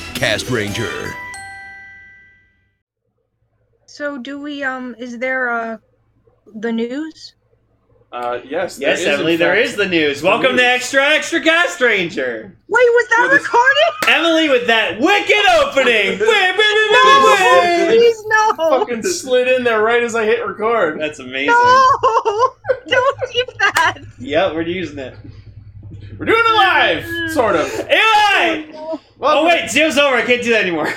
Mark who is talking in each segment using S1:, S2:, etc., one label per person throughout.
S1: Podcast Ranger.
S2: So do we um is there uh the news?
S3: Uh, yes. there
S4: Yes,
S3: is, in
S4: Emily, there
S3: fact-
S4: is the news. Welcome
S3: news.
S4: to Extra Extra Cast Ranger.
S2: Wait, was that
S3: Well, this-
S2: recorded?
S4: Emily with that wicked opening. Wait, wait, wait, wait, wait.
S2: Please no.
S3: Fucking slid in there right as I hit record.
S4: That's amazing.
S2: No. Don't keep that.
S4: Yep, we're using it.
S3: We're doing it live, sort of.
S4: Anyway! Oh,
S3: Welcome-
S4: wait, Zoom's over. I can't do that anymore.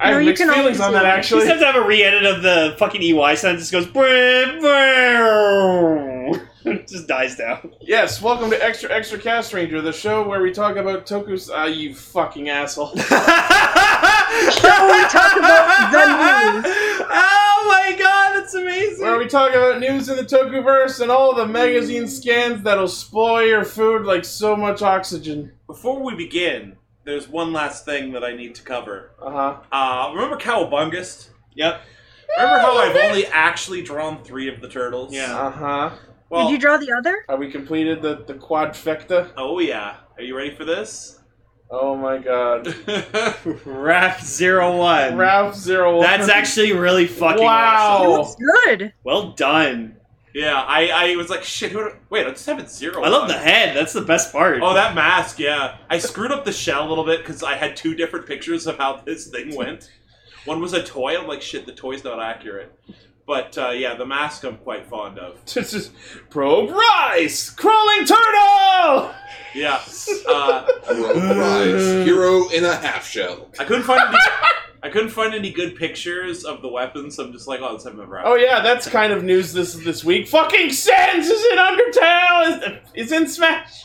S3: I have
S2: No, you
S3: mixed
S2: can always
S3: feelings on that
S2: do it.
S4: You
S3: actually.
S4: just have to have a re edit of the fucking E EY sound. It just goes. "Bwah, bwah." It just dies down.
S3: Yes, welcome to Extra Extra Cast Ranger, the show where we talk about Tokus. Ah, you fucking asshole.
S2: we talk about the news.
S4: Oh my god, it's amazing.
S3: where we talk about news in the Tokuverse and all the magazine scans that'll spoil your food like so much oxygen.
S5: Before we begin, there's one last thing that I need to cover.
S3: Uh huh.
S5: Uh, remember Cowabungust?
S4: Yep.
S2: Oh,
S5: Remember how I've only actually drawn three of the turtles?
S4: Yeah.
S3: Uh huh.
S5: Well,
S2: Did you draw the other?
S3: Have we completed the, the quadfecta?
S5: oh yeah. Are you ready for this?
S3: Oh my god.
S4: Rap zero one.
S3: Ralph Zero One.
S4: That's actually really fucking
S3: Wow.
S4: awesome.
S3: Oh.
S2: It's good.
S4: Well done.
S5: yeah, I, I was like, shit, who do- wait, I just have it zero.
S4: I love
S5: on.
S4: the head. That's the best part.
S5: Oh, that mask, yeah. I screwed up the shell a little bit because I had two different pictures of how this thing went. One was a toy. I'm like, shit, the toy's not accurate. But uh, yeah, the mask I'm quite fond of.
S3: This is probe rise, crawling turtle.
S5: Yeah. Uh,
S6: Hero
S3: Mm.
S6: prize. Hero in a half shell.
S5: I couldn't find any. I couldn't find any good pictures of the weapons, so I'm just like, oh, let's have them around.
S3: Oh yeah, that's kind of news this this week. Fucking Sans is in Undertale. Is, is in Smash.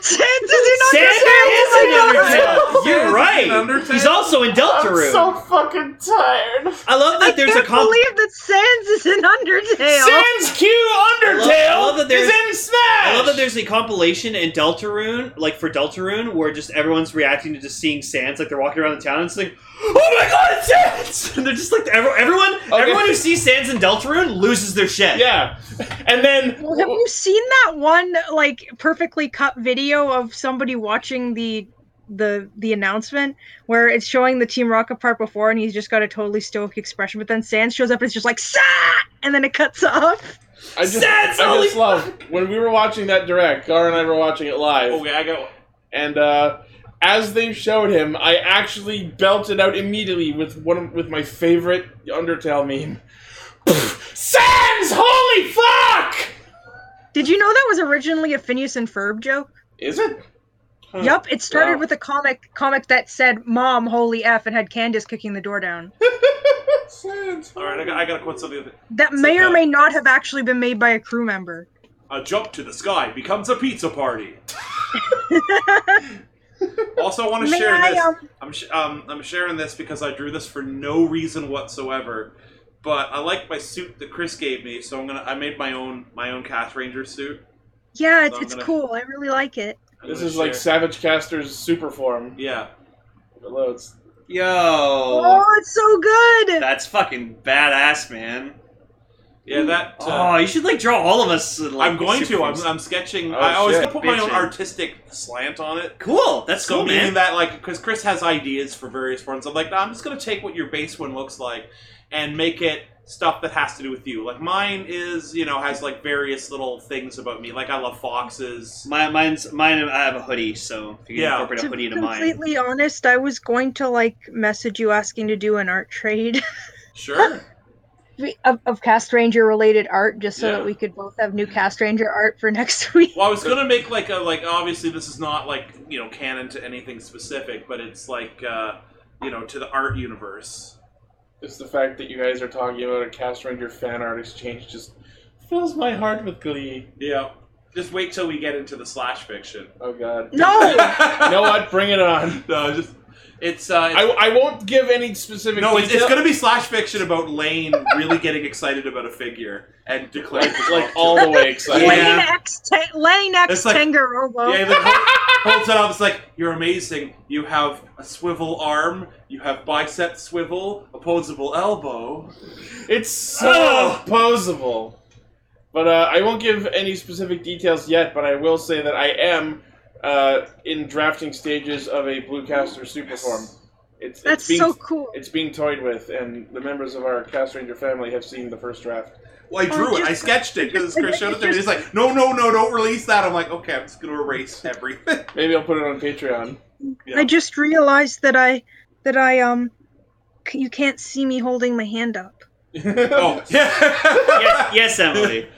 S2: Sans is in
S4: Santa is in
S2: Undertale.
S4: Undertale. You're right.
S5: Undertale?
S4: He's also in Deltarune.
S3: I'm so fucking tired.
S4: I love
S2: I
S4: that there's a
S2: can't
S4: comp.
S2: believe that Sans is in Undertale.
S3: Sans Q
S4: love- I love
S3: Undertale
S4: that
S3: is
S4: there's-
S3: in Smash.
S4: I love that there's a compilation in Deltarune, like for Deltarune, where just everyone's reacting to just seeing Sans, like they're walking around the town, and it's like, "Oh my god, it's Sans!" And they're just like, every- everyone,
S3: Okay.
S4: everyone who sees Sans in Deltarune loses their shit.
S3: Yeah, and then
S2: Well, have you seen that one like perfectly cut video of somebody watching the the the announcement where it's showing the Team Rocket part before and he's just got a totally stoic expression, but then Sans shows up and it's just like Sah! and then it cuts off.
S3: I just,
S4: Sans,
S3: I
S4: holy
S3: just love when we were watching that direct. Gar and I were watching it live,
S5: Okay, I got. one.
S3: and uh, as they showed him, I actually belted out immediately with one of, with my favorite Undertale meme. Sans, holy fuck!
S2: Did you know that was originally a Phineas and Ferb joke?
S3: Is it?
S2: Yup, it started
S3: Wow.
S2: with a comic comic that said "Mom, holy f" and had Candace kicking the door down.
S3: Sans.
S5: All right, I got. I got to quote something.
S2: That
S5: It's
S2: may
S5: like
S2: or
S5: a-
S2: may not have actually been made by a crew member.
S5: A jump to the sky becomes a pizza party. also, I want to
S2: May
S5: share
S2: I,
S5: this.
S2: um,
S5: I'm sh- um, I'm sharing this because I drew this for no reason whatsoever. But I like my suit that Chris gave me, so I'm gonna. I made my own my own Cast Ranger suit.
S2: Yeah, it's,
S5: I'm
S2: it's
S5: gonna-
S2: cool. I really like it.
S5: I'm
S3: This
S5: gonna
S3: is like
S5: share.
S3: Savage Caster's super form.
S5: yeah.
S3: It loads.
S4: Yo,
S2: Oh, it's so good.
S4: that's fucking badass, man.
S5: Yeah, that. Uh,
S4: Oh, you should like draw all of us. in, Like,
S5: I'm going to. I'm,
S4: superfoods.
S5: I'm sketching.
S3: Oh,
S5: I always
S3: shit.
S5: put my own
S4: Bitchin'.
S5: artistic slant on it.
S4: cool. That's
S5: So
S4: cool,
S5: meaning
S4: man.
S5: that, like, because Chris has ideas for various forms, I'm like, nah, I'm just gonna take what your base one looks like and make it stuff that has to do with you. Like mine is, you know, has like various little things about me. Like I love foxes.
S4: My, mine's mine. I have a hoodie, so if you can
S5: Yeah.
S4: incorporate a
S2: to
S4: hoodie
S2: be
S4: into mine.
S2: completely honest, I was going to like message you asking to do an art trade
S5: Sure.
S2: of, of Cast Ranger related art, just so
S5: Yeah.
S2: that we could both have new Cast Ranger art for next week.
S5: Well, I was gonna make like a like. Obviously, this is not like you know canon to anything specific, but it's like uh, you know to the art universe.
S3: It's the fact that you guys are talking about a Cast Ranger fan art exchange just fills my heart with glee.
S5: Yeah. Just wait till we get into the slash fiction.
S3: Oh god.
S2: No,
S3: You know what? Bring it on.
S5: No, just it's uh,
S3: I, I won't give any specific.
S5: no, it's, it's
S3: detail-
S5: gonna be slash fiction about Lane really getting excited about a figure and declaring his
S3: like
S5: love to
S3: all
S5: her.
S3: the way excited.
S5: Yeah.
S2: Lane X, Ta- Lane X
S5: It's like-
S2: Tangarobo.
S5: Yeah, he like, hol- holds it up. It's like you're amazing. You have a swivel arm. You have bicep swivel, opposable elbow.
S3: It's so
S4: Oh.
S3: posable. But uh, I won't give any specific details yet. But I will say that I am uh, in drafting stages of a Bluecaster super form. It's,
S2: That's
S3: it's being,
S2: so cool.
S3: It's being toyed with, and the members of our Cast Ranger family have seen the first draft.
S5: Well, I
S2: Oh,
S5: drew it.
S2: just-
S5: I sketched it because Chris showed it to me. He's like, no, no, no, don't release that. I'm like, okay, I'm just going to erase everything.
S3: Maybe I'll put it on Patreon.
S5: Yeah.
S2: I just realized that I that I um c- you can't see me holding my hand up.
S5: oh, yeah.
S4: yes, yes, Emily.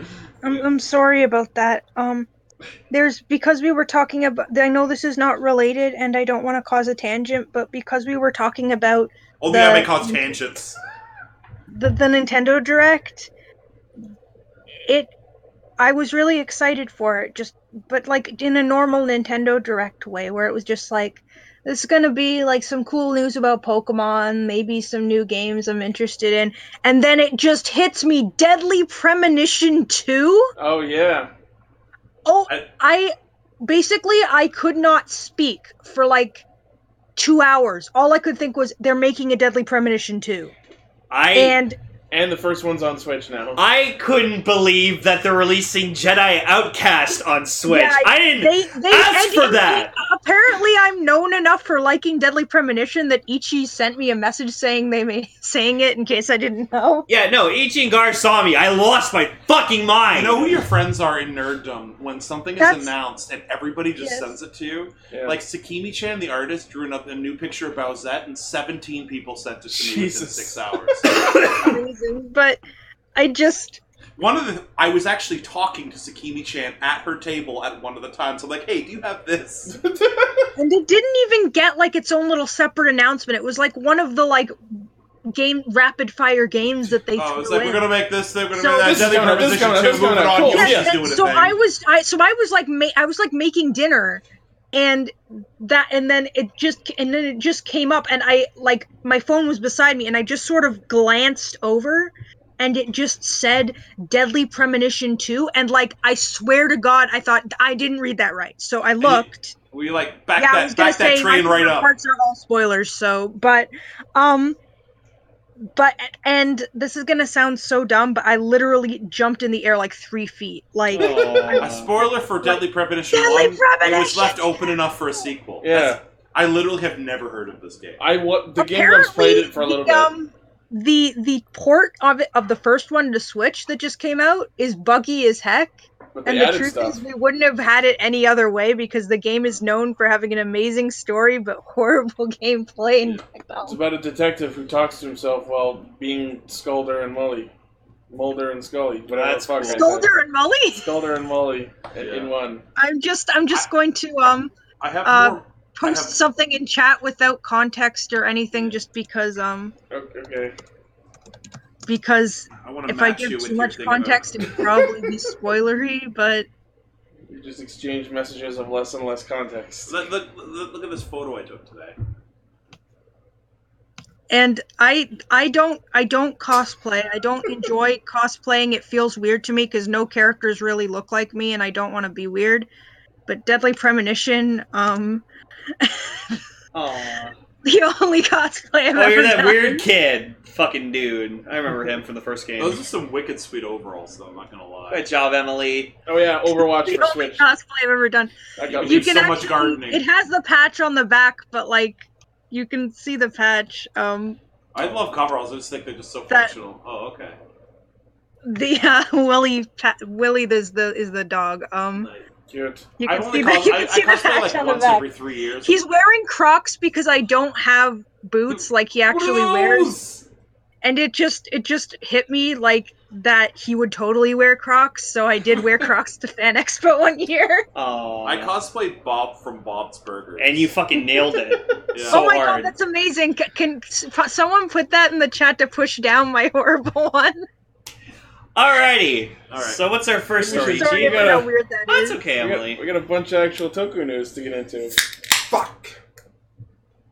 S2: I'm I'm sorry about that. Um there's because we were talking about I know this is not related and I don't want to cause a tangent, but because we were talking about
S5: Only I may
S2: The-
S5: cause tangents.
S2: the, the Nintendo Direct it I was really excited for it just but like in a normal Nintendo Direct way where it was just like this is going to be like some cool news about Pokemon, maybe some new games I'm interested in. And then it just hits me Deadly Premonition 2.
S3: Oh yeah,
S2: Oh,
S5: I-
S2: I, basically I could not speak for like two hours. All I could think was they're making a Deadly Premonition too,
S4: I
S2: and
S3: and the first one's on Switch now.
S4: I couldn't believe that they're releasing Jedi Outcast on Switch.
S2: Yeah,
S4: I didn't.
S2: they they
S4: ask for
S2: and-
S4: that.
S2: Apparently, I'm known enough for liking Deadly Premonition that Ichi sent me a message saying they may saying it in case I didn't know.
S4: Yeah, no, Ichi and Gar saw me. I lost my fucking
S5: You
S4: mind.
S5: know who your friends are in nerddom when something is
S2: That's-
S5: announced and everybody just
S2: Yes.
S5: sends it to you.
S3: Yeah.
S5: Like Sakimi Chan, the artist, drew another- a new picture of Bowsette, and 17 people sent it to me within
S3: Jesus.
S5: six hours.
S2: Amazing, but I just
S5: One of the I was actually talking to Sakimi Chan at her table at one of the times. I'm like, hey, do you have this?
S2: and it didn't even get like its own little separate announcement. It was like one of the like game rapid fire games that they
S5: Oh,
S2: threw
S5: it's like
S2: in.
S5: we're gonna make this thing, we're gonna
S2: So-
S5: make that.
S2: This
S3: is
S5: Deadly
S3: coming up, this is
S5: Premonition
S3: coming up, this is
S5: two,
S3: coming
S5: moving
S3: up.
S5: on,
S3: Cool.
S5: Yoshi's
S3: Yeah,
S2: that-
S5: doing a
S2: so
S5: thing.
S2: I was I so I was like ma- I was like making dinner and that and then it just and then it just came up and I like my phone was beside me and I just sort of glanced over and it just said deadly premonition 2 and like I swear to god I thought I didn't read that right so I looked
S5: we like back
S2: yeah I was
S5: that
S2: gonna
S5: back that
S2: say my
S5: train right
S2: favorite
S5: up.
S2: parts are all spoilers so but um but and this is gonna sound so dumb but I literally jumped in the air like three feet like
S5: A spoiler for Deadly Premonition
S2: Deadly
S5: One. It was
S2: Premonition!
S5: left open enough for a sequel.
S3: yeah,
S5: That's- I literally have never heard of this game.
S3: I wa- the Game Grumps played it for a little
S2: the,
S3: bit.
S2: Um, the the port of it of the first one to Switch that just came out is buggy as heck.
S3: but they
S2: And the
S3: added
S2: truth
S3: stuff.
S2: is, we wouldn't have had it any other way because the game is known for having an amazing story but horrible gameplay. And
S3: It's about a detective who talks to himself while being Skulder and Mully, Mulder and Scully. Whatever
S4: That's
S3: the fuck I said.
S2: Skulder and Molly.
S3: Skulder and Mully in-
S5: Yeah.
S3: in one.
S2: I'm just I'm just going to um
S5: I have
S2: Uh,
S5: more.
S2: post
S5: have-
S2: something in chat without context or anything just because um
S3: Okay. okay.
S2: because
S5: I want to
S2: if I
S5: match
S2: give
S5: you with
S2: too
S5: your
S2: much
S5: thing about-
S2: context it'd probably be spoilery, but
S3: You just exchange messages of less and less context.
S5: Look, look, look, look at this photo I took today.
S2: and i i don't i don't cosplay i don't enjoy cosplaying it feels weird to me because no characters really look like me and i don't want to be weird but deadly premonition um
S4: Aw.
S2: the only cosplay i've
S4: Oh,
S2: ever
S4: you're that
S2: done.
S4: weird kid, fucking dude. I remember him from the first game.
S5: Those are some wicked sweet overalls, though. I'm not gonna lie.
S4: Good job, Emily.
S3: Oh yeah, Overwatch
S2: the
S3: for
S2: only
S3: Switch.
S2: cosplay i've ever done
S3: I got
S5: You
S3: you.
S5: can- so much gardening.
S2: it has the patch on the back but like you can see the patch um
S5: I love coveralls. I just think they're just so
S2: That-
S5: functional. Oh, okay.
S2: the uh, willy pa- willy is the is the dog um
S5: Nice.
S3: Cute.
S2: you
S5: I
S2: can see
S5: only cos-
S2: the, you
S5: I,
S2: can
S5: I
S2: see the
S5: cosplay
S2: patch
S5: like
S2: on the
S5: once
S2: back
S5: every three years.
S2: He's wearing Crocs because I don't have boots like he actually wears, and it just it just hit me like that he would totally wear Crocs. So I did wear Crocs to Fan Expo one year.
S4: Oh,
S5: I cosplayed Bob from Bob's Burgers.
S4: and you fucking nailed it.
S5: Yeah.
S4: So
S2: oh my
S4: hard.
S2: god, that's amazing! C- Can, can someone put that in the chat to push down my horrible one?
S4: Alrighty.
S5: Alright.
S4: So what's our first
S3: We should
S4: story,
S3: start
S2: Sorry
S4: Ichi?
S3: with-
S2: about how weird that is.
S4: That's okay,
S3: We got,
S4: Emily.
S3: we got a bunch of actual Toku news to get into.
S6: Fuck.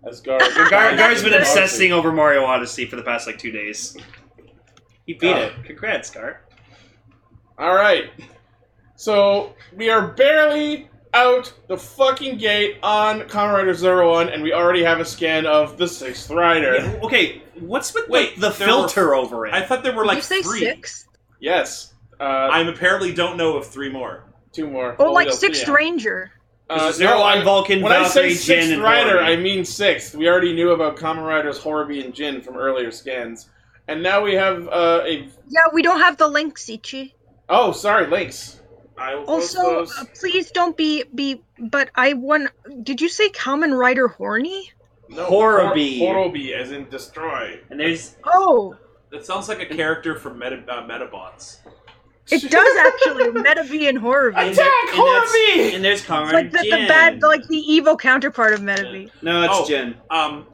S3: As Gar,
S4: Gar, Gar's been
S2: That's good.
S4: obsessing over Mario Odyssey for the past like two days. He beat
S3: Oh.
S4: it. Congrats, Gar.
S3: All right. So we are barely out the fucking gate on Kamen Rider Zero One, and we already have a scan of the Sixth Rider.
S4: Yeah, okay, what's with
S5: Wait,
S4: like, the
S5: there were-
S4: filter over it?
S5: I thought there were
S2: Did
S5: like
S2: you say
S5: three.
S2: six?
S3: Yes. Uh,
S5: I apparently don't know of three more.
S3: two more.
S2: Or
S3: Well,
S2: Oh,
S3: we
S2: like
S3: don't-
S2: Sixth
S3: Oh, yeah.
S2: Ranger?
S3: Uh,
S4: There's
S3: no,
S4: zero on
S3: I,
S4: Vulcan,
S3: when I say
S4: Valkyrie, Jin,
S3: sixth
S4: and
S3: rider,
S4: Hori.
S3: I mean sixth. We already knew about Kamen Riders Horobi and Jin from earlier scans, and now we have uh, a.
S2: Yeah, we don't have the links, Ichi.
S3: Oh, sorry, Lynx.
S5: I will post
S2: Also,
S5: those.
S2: uh, please don't be be. But I won. Did you say Common Rider horny?
S4: Horobi.
S3: Hor- Horobi, as in destroy.
S4: And there's
S2: Oh,
S5: That sounds like a character from Meta, uh, Metabots.
S2: it does actually. Meta B and horror B.
S4: and
S2: It's
S4: there- and that's-
S3: Horobi!
S4: And there's Comrade
S2: like the, the
S4: Jin.
S2: bad, like the evil counterpart of Meta B.
S4: No, it's
S5: Oh.
S4: Jin.
S5: Um,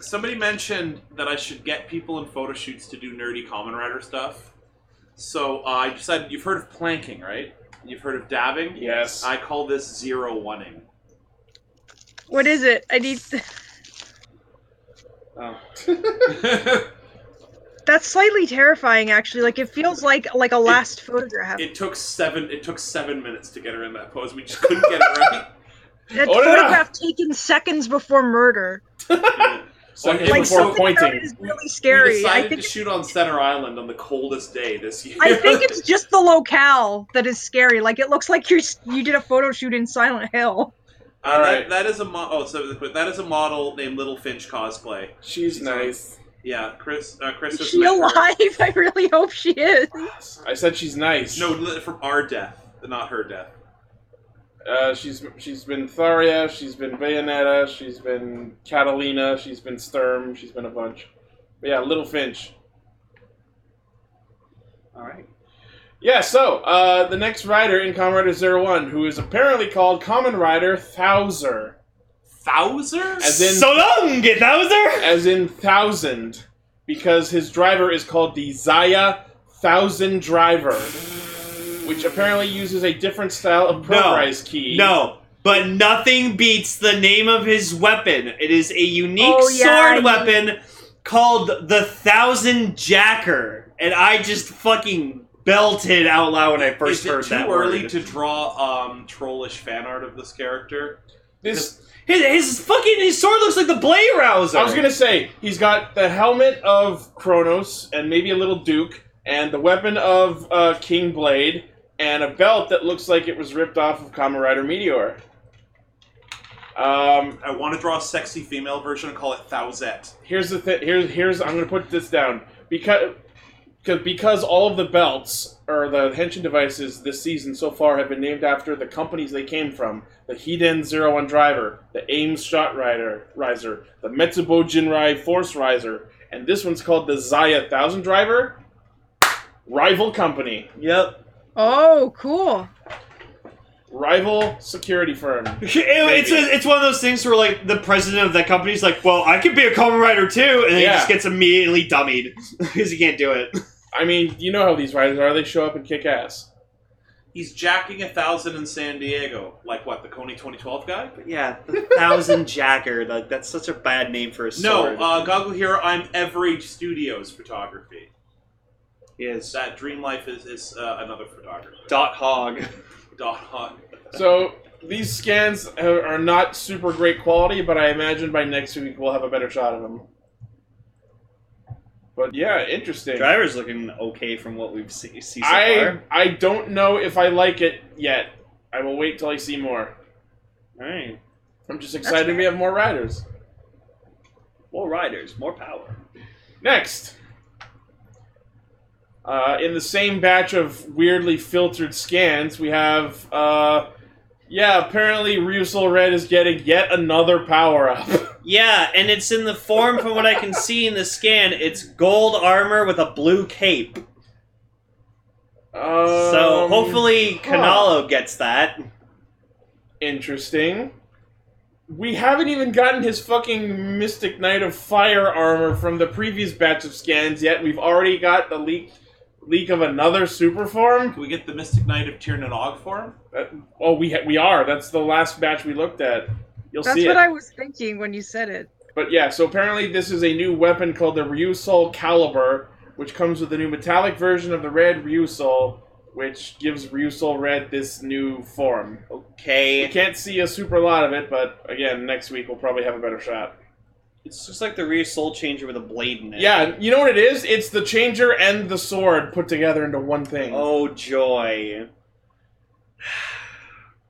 S5: somebody mentioned that I should get people in photo shoots to do nerdy Common Rider stuff. So uh, I decided you've heard of planking, right? You've heard of dabbing.
S3: Yes.
S5: I call this zero oneing.
S2: What is it? I need.
S4: Oh.
S2: That's slightly terrifying, actually. Like it feels like like a last photograph.
S5: It took seven. It took seven minutes to get her in that pose. We just couldn't get it right.
S2: That
S3: Oh, no, no.
S2: photograph taken seconds before murder.
S5: Yeah.
S3: Seconds
S5: Like,
S3: before
S2: something about it
S3: pointing.
S2: is really scary.
S5: We
S2: I
S5: decided
S2: think
S5: to shoot on Center Island on the coldest day this year.
S2: I think it's just the locale that is scary. Like it looks like you you did a photo shoot in Silent Hill.
S5: All
S3: Alright.
S5: right. that is a mo- oh, so but that is a model named Little Finch cosplay.
S3: She's nice.
S5: Yeah, Chris. Uh, Chris
S2: Is
S5: has
S2: she
S5: met her.
S2: alive? I really hope she is.
S3: I said she's nice.
S5: No, li- from our death, not her death.
S3: Uh, she's she's been Tharia, she's been Bayonetta, she's been Catalina, she's been Sturm, she's been a bunch. But yeah, Little Finch.
S4: All right.
S3: Yeah, so uh, the next rider in Kamen Rider Zero One, who is apparently called Common Rider Thouser,
S5: Thouser?
S3: As in-
S4: so long, get Thouser.
S3: as in thousand, because his driver is called the Zaya Thousand Driver, which apparently uses a different style of
S4: No.
S3: price key.
S4: No, but nothing beats the name of his weapon. It is a unique
S2: Oh, yeah, I-
S4: sword weapon called the Thousand Jacker, and I just fucking belted out loud when I first
S5: is it
S4: heard
S5: too
S4: that
S5: early
S4: word.
S5: to draw um, trollish fan art of this character?
S3: this
S4: His, his fucking his sword looks like the Blade Rouser.
S3: I was gonna say he's got the helmet of Kronos and maybe a little Duke and the weapon of uh, King Blade and a belt that looks like it was ripped off of Kamen Rider Meteor. Um,
S5: I want to draw a sexy female version and call it Thousette.
S3: here's the thing. Here's here's I'm gonna put this down because because because all of the belts or the henshin devices this season so far have been named after the companies they came from. The Hiden Zero One Driver, the Ames Shot Rider Riser, the Metsubo Jinrai Force Riser, and this one's called the Zaya Thousand Driver. Rival company,
S4: Yep.
S2: Oh, cool.
S3: rival security firm.
S4: It- it's a, it's one of those things where like the president of that company's like, well, I could be a common writer too, and then
S3: Yeah.
S4: he just gets immediately dummied because he can't do it.
S3: I mean, you know how these riders are. They show up and kick ass.
S5: He's jacking a thousand in San Diego. Like what, the Coney 2012 guy?
S4: Yeah, the Thousand Jacker. Like that's such a bad name for a
S5: No,
S4: sword.
S5: uh, Goggle Hero, I'm Everage Studios photography.
S4: is
S5: That Dream Life is, is uh, another photographer.
S4: Dot Hog.
S5: Dot Hog.
S3: So these scans are are not super great quality, but I imagine by next week we'll have a better shot of them. But yeah, interesting.
S4: Driver's looking okay from what we've seen see so
S3: I
S4: far.
S3: I don't know if I like it yet. I will wait till I see more.
S4: All right,
S3: I'm just excited we have more riders.
S4: more riders, more power.
S3: Next. Uh, in the same batch of weirdly filtered scans, we have, uh, yeah, apparently Ryusoul Red is getting yet another power up.
S4: Yeah, and it's in the form from what I can see in the scan. It's gold armor with a blue cape. so
S3: Um,
S4: hopefully
S3: huh.
S4: Canalo gets that.
S3: Interesting. We haven't even gotten his fucking Mystic Knight of Fire armor from the previous batch of scans yet. We've already got the leak leak of another super form.
S5: Can we get the Mystic Knight of Tiernan Og for him?
S3: That- oh, we ha- we are. That's the last batch we looked at. You'll
S2: That's
S3: see
S2: what
S3: it.
S2: I was thinking when you said it.
S3: But yeah, so apparently this is a new weapon called the Ryusoul Caliber, which comes with a new metallic version of the red Ryusoul, which gives Ryusoul Red this new form. You
S4: Okay.
S3: can't see a super lot of it, but again, next week we'll probably have a better shot.
S4: It's just like the rear soul changer with a blade in it.
S3: Yeah, you know what it is? It's the changer and the sword put together into one thing.
S4: Oh joy.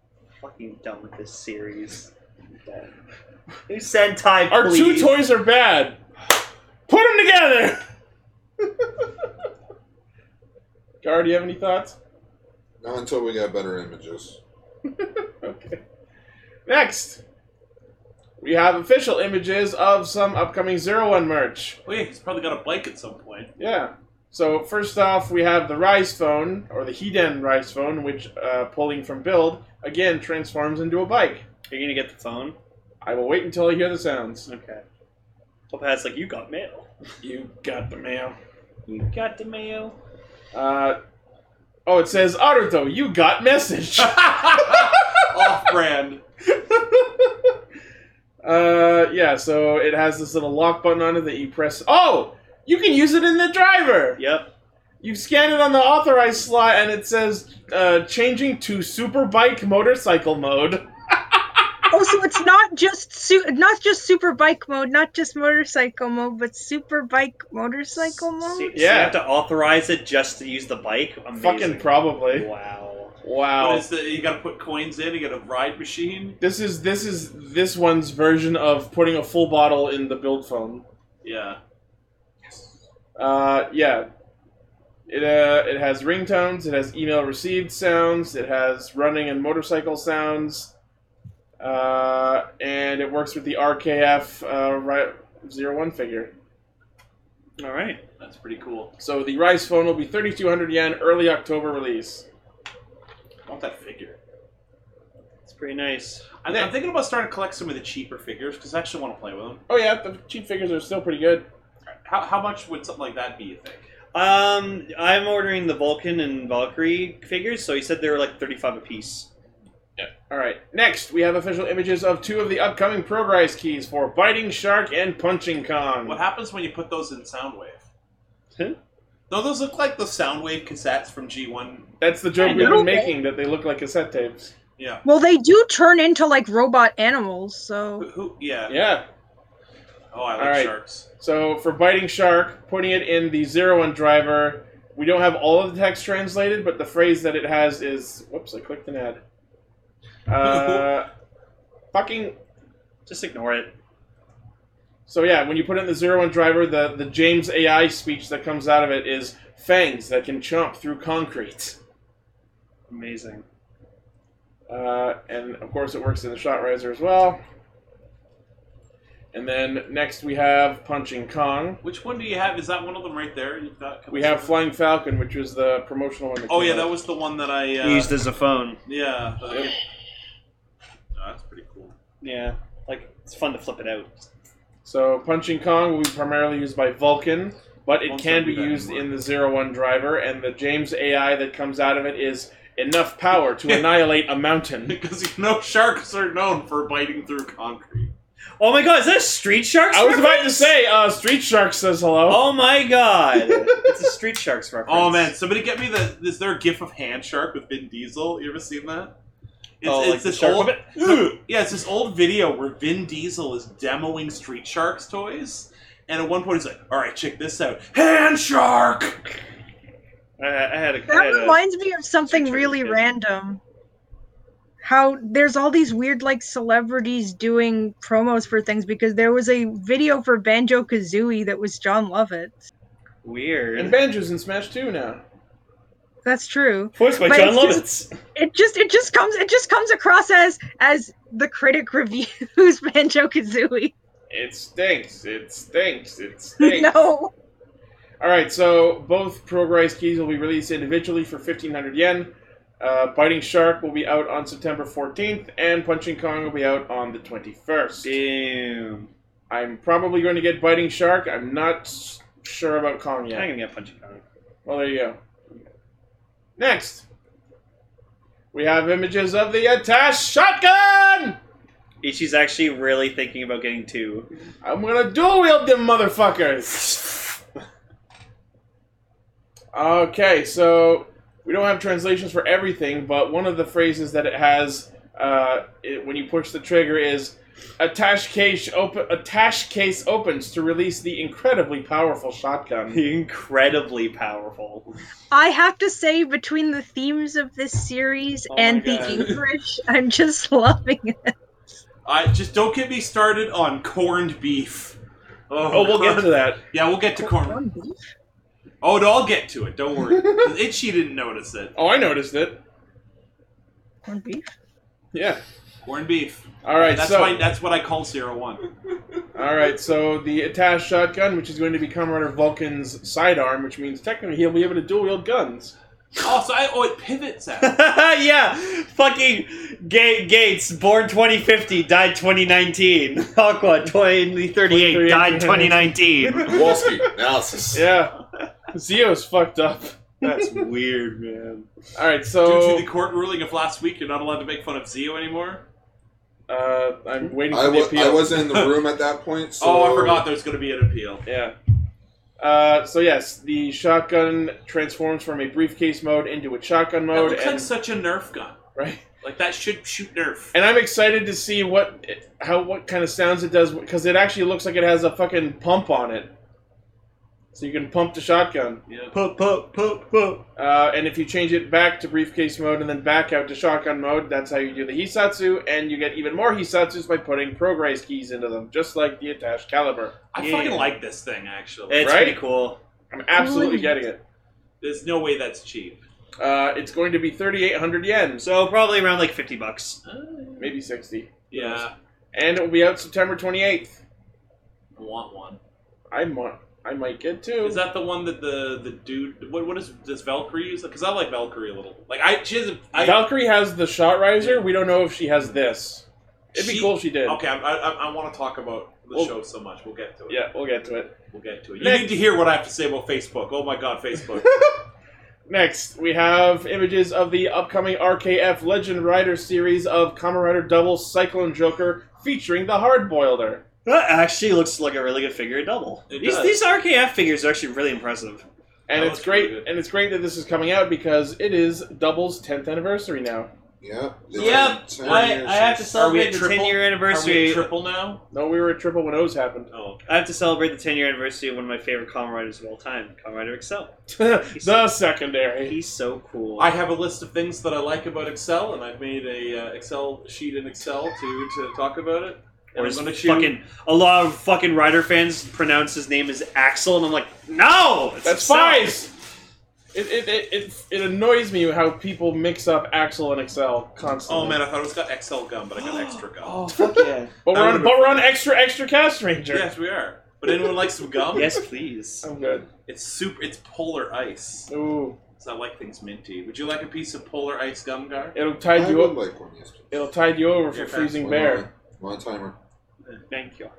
S4: fucking done with this series. New Sentai,
S3: Our
S4: please.
S3: two toys are bad. Put them together. Gar, do you have any thoughts?
S6: Not until we got better images.
S3: Okay. Next, we have official images of some upcoming Zero One merch.
S5: Well, Oh, yeah, he's probably got a bike at some point.
S3: Yeah. So first off, we have the Rise Phone or the Hiden Rise Phone, which, uh, pulling from build, again transforms into a bike.
S4: You're gonna get the phone?
S3: I will wait until I hear the sounds.
S4: Okay. Well, Pat's like, you got mail.
S3: You got the mail.
S4: You got the mail.
S3: Uh, oh, it says Aruto, you got message.
S5: Off brand.
S3: Uh, yeah, so it has this little lock button on it that you press. Oh! You can use it in the driver!
S4: Yep.
S3: You scan it on the authorized slot and it says uh, changing to superbike motorcycle mode.
S2: Oh, so it's not just su- not just super bike mode, not just motorcycle mode, but super bike motorcycle
S4: So- so
S2: mode.
S4: you
S3: Yeah.
S4: have to authorize it just to use the bike? Amazing.
S3: Fucking probably.
S4: Wow.
S5: What
S3: Wow.
S5: is the, you gotta put coins in, you got a ride machine.
S3: This is this is this one's version of putting a full bottle in the build phone.
S5: Yeah.
S3: Uh, yeah. It, uh, it has ringtones, it has email received sounds, it has running and motorcycle sounds, uh, and it works with the RKF uh, right, 01 figure.
S4: All right.
S5: That's pretty cool.
S3: So the Rice phone will be 3200 yen, early October release.
S5: I want that figure.
S4: It's pretty nice.
S5: I th- I'm thinking about starting to collect some of the cheaper figures because I actually want to play with them.
S3: Oh, yeah, the cheap figures are still pretty good.
S5: How, how much would something like that be, you think?
S4: Um, I'm ordering the Vulcan and Valkyrie figures, so he said they were like 35 apiece.
S3: Alright, next we have official images of two of the upcoming Progrise keys for Biting Shark and Punching Kong.
S5: What happens when you put those in Soundwave?
S4: Huh?
S5: No, those look like the Soundwave cassettes from G1.
S3: That's the joke
S2: A
S3: we've
S2: little
S3: been
S2: bit.
S3: making, that they look like cassette tapes.
S5: Yeah.
S2: Well, they do turn into like robot animals,
S5: Who,
S2: so
S5: who- yeah.
S3: Yeah.
S5: Oh, I like
S3: All right.
S5: sharks.
S3: So for biting shark, putting it in the zero one driver, we don't have all of the text translated, but the phrase that it has is whoops, I clicked an ad. Uh, fucking.
S4: Just ignore it.
S3: So yeah, when you put it in the zero one driver, the the James AI speech that comes out of it is fangs that can chomp through concrete.
S4: Amazing.
S3: Uh, and of course, it works in the shot riser as well. And then next we have punching Kong.
S5: Which one do you have? Is that one of them right there? You've got-
S3: We have Flying Falcon, which was the promotional one.
S5: Oh
S3: came
S5: yeah,
S3: out.
S5: that was the one that I. Uh,
S4: Used as a phone.
S5: Yeah. that I get- Oh, that's pretty cool.
S4: Yeah. Like, it's fun to flip it out.
S3: So punching Kong will be primarily used by Vulcan, but it
S5: Vulcans
S3: can
S5: don't
S3: be
S5: do that
S3: used
S5: anymore.
S3: in the Zero One driver, and the James AI that comes out of it is enough power to annihilate a mountain.
S5: Because you know sharks are known for biting through concrete.
S4: Oh my god, is that a Street Sharks
S3: I was about to
S4: reference?
S3: say, uh, Street Shark says hello.
S4: Oh my god. it's a Street Sharks reference.
S5: Oh man, somebody get me the. Is there a GIF of Hand Shark with Vin Diesel? You ever seen that? It's,
S4: Oh,
S5: it's
S4: like the
S5: this
S4: shark
S5: old,
S4: puppet?
S5: no, yeah, it's this old video where Vin Diesel is demoing Street Sharks toys, and at one point he's like, "All right, check this out, Hand Shark."
S4: I, I had a. I
S2: that
S4: had a-
S2: reminds me of something
S4: Sure,
S2: really
S4: yeah.
S2: random. How there's all these weird like celebrities doing promos for things because there was a video for Banjo Kazooie that was John Lovett.
S3: And
S4: weird.
S3: Banjo's in Smash 2 now.
S2: That's true.
S4: Voiced by
S2: but
S4: John
S2: it's
S4: Lovitz.
S2: It just it just comes it just comes across as as the critic reviews Banjo Kazooie.
S3: It stinks. It stinks. It stinks.
S2: No.
S3: All right, so both Progrise keys will be released individually for 1,500 yen. Uh, Biting Shark will be out on September 14th, and Punching Kong will be out on the 21st.
S4: Damn.
S3: I'm probably going to get Biting Shark. I'm not s- sure about Kong
S4: I'm
S3: yet.
S4: gonna get punched on.
S3: Well, there you go. Next, we have images of the attached shotgun!
S4: Ichi's actually really thinking about getting two.
S3: I'm gonna dual wield them motherfuckers! okay, so we don't have translations for everything, but one of the phrases that it has uh, it, when you push the trigger is Attach case open. Attach case opens to release the incredibly powerful shotgun.
S4: Incredibly powerful.
S2: I have to say, between the themes of this series
S3: Oh my
S2: and the
S3: God.
S2: English, I'm just loving it.
S5: I just don't get me started on corned beef.
S3: Oh, we'll get to that.
S5: yeah, we'll get to corn. Oh, no, I'll get to it. Don't worry. 'Cause Itchy didn't notice it.
S3: Oh, I noticed it.
S2: Corned beef?
S3: Yeah.
S5: Corned beef.
S3: All right.
S5: That's
S3: so
S5: why. That's what I call Zero One.
S3: All right, so the attached shotgun, which is going to be Commander Vulcan's sidearm, which means technically he'll be able to dual wield guns.
S5: Also, I, oh, it pivots out.
S4: yeah, fucking Ga- Gates, born 2050, died 2019. Aqua, 2038, died 2019.
S6: Wolski analysis.
S3: Yeah, Zeo's fucked up.
S4: That's weird, man.
S3: All right,
S5: Due
S3: so
S5: to the court ruling of last week, you're not allowed to make fun of Zio anymore.
S3: uh, I'm waiting for
S6: I,
S3: the
S6: wa-
S3: appeal.
S6: I wasn't in the room at that point, so.
S5: oh, I forgot there's going to be an appeal.
S3: Yeah. Uh, so yes, the shotgun transforms from a briefcase mode into a shotgun
S5: That
S3: mode,
S5: looks
S3: and,
S5: like such a Nerf gun.
S3: right.
S5: Like that should shoot Nerf.
S3: And I'm excited to see what how what kind of sounds it does because it actually looks like it has a fucking pump on it, so you can pump the shotgun.
S5: Yeah.
S4: Pup, pup, pup, pup.
S3: Uh, and if you change it back to briefcase mode and then back out to shotgun mode, that's how you do the Hisatsu, and you get even more Hisatsus by putting progress keys into them, just like the attached caliber.
S5: I
S4: Yeah.
S5: fucking like this thing actually.
S4: It's
S3: Right?
S4: pretty cool.
S3: I'm absolutely getting it.
S5: There's no way that's cheap.
S3: Uh, it's going to be 3,800 yen, so
S4: So probably around like 50 bucks.
S3: maybe 60.
S5: Yeah,
S3: And it will be out September 28th.
S5: I want one.
S3: I might, I might get two.
S5: Is that the one that the the dude? What what is does Valkyrie use? Because I like Valkyrie a little. Like I she has a I
S3: Valkyrie has the shot riser. We don't know if she has this. It'd be
S5: She-
S3: cool if she did.
S5: okay. I I, I want to talk about the
S3: Well-
S5: show so much. We'll get to it.
S3: Yeah, we'll get to it.
S5: we'll get to it. You
S3: Next.
S5: need to hear what I have to say about Facebook. Oh my God, Facebook.
S3: Next, we have images of the upcoming RKF Legend Rider series of Kamen Rider Double Cyclone Joker featuring the Hardboilder.
S4: That actually looks like a really good figure double.
S5: It
S4: These,
S5: does.
S4: these RKF figures are actually really impressive.
S3: And
S5: That
S3: it's
S5: looks
S3: great
S5: really good.
S3: and it's great that this is coming out because it is Double's 10th anniversary now.
S6: Yeah. they
S4: Yep,
S6: had 10
S4: I,
S6: years
S4: I have
S6: since-
S4: to
S5: Are we
S4: celebrate
S5: at
S4: the
S5: triple?
S4: 10 year
S5: Are we
S4: anniversary.
S5: at triple now?
S3: No, we were at triple when O's happened.
S5: Oh,
S4: I have to celebrate the 10 year anniversary of one of my favorite Kamen Riders of all time, Kamen Rider Excel.
S3: the secondary.
S4: He's so cool.
S5: I have a list of things that I like about Excel, and I've made a uh, Excel sheet in Excel to to talk about it. And
S4: or
S5: I'm
S4: his
S5: gonna choose-
S4: fucking a lot of fucking Rider fans pronounce his name as Axel, and I'm like, no, it's
S3: That's
S4: Excel.
S3: spies! It, it, it, it, it annoys me how people mix up Axel and Excel constantly.
S5: Oh man, I thought it was got XL gum, but I got extra gum.
S4: Oh fuck yeah!
S3: But we're
S5: that
S3: on,
S5: would've
S3: but
S5: been
S3: we're on extra, extra cast ranger.
S5: Yes, we are. But anyone like some gum?
S4: yes, please.
S3: I'm good.
S5: It's super. It's polar ice.
S3: Ooh.
S5: So I like things minty. Would you like a piece of polar ice gum, Gar?
S3: It'll
S6: I
S3: tide you
S6: would
S3: over.
S6: like one, yes. please.
S3: It'll tide you over for
S5: Okay.
S3: freezing
S6: One
S3: bear.
S6: moment. One timer.
S4: Thank you.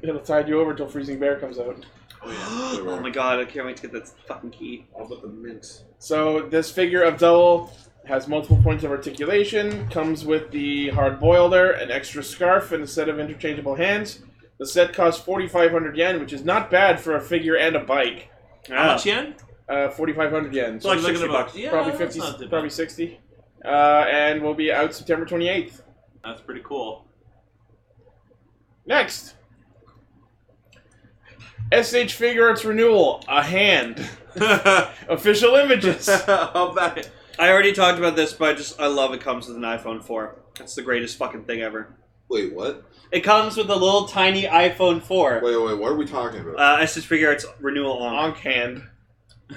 S3: It'll tide you over till Freezing Bear comes out.
S4: oh my god, I can't wait to get that fucking key.
S5: All about the mint.
S3: So this figure of Double has multiple points of articulation, comes with the hard boiler, an extra scarf, and a set of interchangeable hands. The set costs 4,500 yen, which is not bad for a figure and a bike.
S5: How
S4: Ah.
S5: much yen?
S3: Uh, 4,500 yen. So
S4: like
S5: Looking
S4: 60
S5: about-
S4: bucks.
S5: Yeah,
S3: probably
S5: that's
S3: 50,
S5: not too
S3: probably
S5: bad.
S3: 60. Uh, and will be out September 28th.
S5: That's pretty cool.
S3: Next. SH Figure Arts Renewal, a hand.
S5: of
S3: Official images.
S5: that.
S4: I already talked about this, but I just I love it comes with an iPhone 4. That's the greatest fucking thing ever.
S6: Wait, what?
S4: It comes with a little tiny iPhone 4.
S6: Wait, wait, what are we talking about?
S4: Uh, SS Figure Arts renewal on.
S3: Onk hand.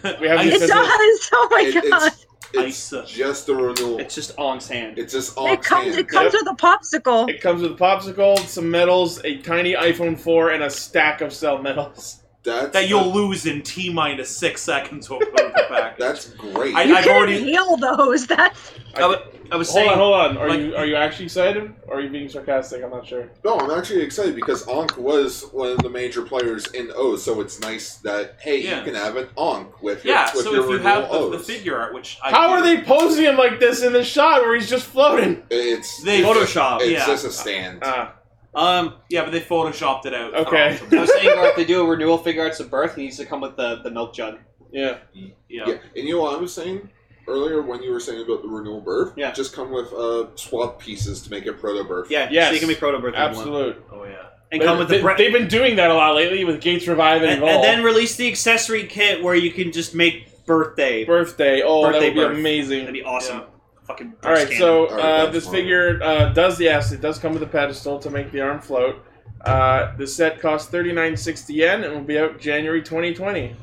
S3: We have
S5: I
S3: the
S2: It
S3: official-
S2: does! Oh my
S6: It-
S2: god!
S6: it's it's
S5: Ice.
S6: just the renewal.
S4: It's just Ong's hand.
S6: It's just all
S2: It comes,
S6: canned.
S2: it comes with a popsicle.
S3: It comes with a popsicle, some medals, a tiny iPhone 4, and a stack of cell medals.
S6: That's
S5: That you'll lose in T minus six seconds. We'll put it back.
S6: That's great.
S5: I-
S2: You
S5: I've
S2: can't
S5: already-
S2: heal those. That's
S5: I, wa- I was
S3: Hold
S5: saying.
S3: on, hold on. Are
S5: like-
S3: you are you actually excited? Or are you being sarcastic? I'm not sure.
S6: no, I'm actually excited because Onk was one of the major players in O, so it's nice that hey,
S5: Yeah.
S6: you can have an Onk with your
S5: yeah.
S6: with
S5: So
S6: your
S5: if you
S6: renewal
S5: have the, the
S6: Os.
S5: figure art, which I
S3: How are they posing him like this in the shot where he's just floating?
S6: It's
S5: They-
S4: Photoshop.
S6: it's
S5: yeah. Uh,
S6: just a stand.
S3: Ah,
S4: Um,
S5: Yeah, but they photoshopped it out.
S3: Okay.
S5: from-
S4: I was saying, like, they do a renewal figure arts of birth, it needs to come with the, the milk jug.
S3: yeah.
S5: yeah.
S6: yeah, and you know what I was saying earlier when you were saying about the renewal birth,
S4: Yeah.
S6: just come with uh, swap pieces to make it proto birth.
S4: Yeah,
S3: Yes.
S4: so you can make proto birth in one.
S3: Absolute.
S5: Oh yeah.
S4: And come with the
S3: they,
S4: bre-
S3: have been doing that a lot lately with Gates Revive and,
S4: and,
S3: Evolve.
S4: and then release the accessory kit where you can just make birthday.
S3: birthday. Oh, that
S4: Birthday
S3: would be
S4: birth. That'd
S3: amazing.
S4: be awesome. Fucking
S3: All right,
S4: breast
S3: so
S6: All right,
S3: uh,
S6: that's
S3: this
S6: fine.
S3: figure uh, does yes, it does come with a pedestal to make the arm float. Uh, the set costs thirty nine sixty yen and will be out January twenty twenty.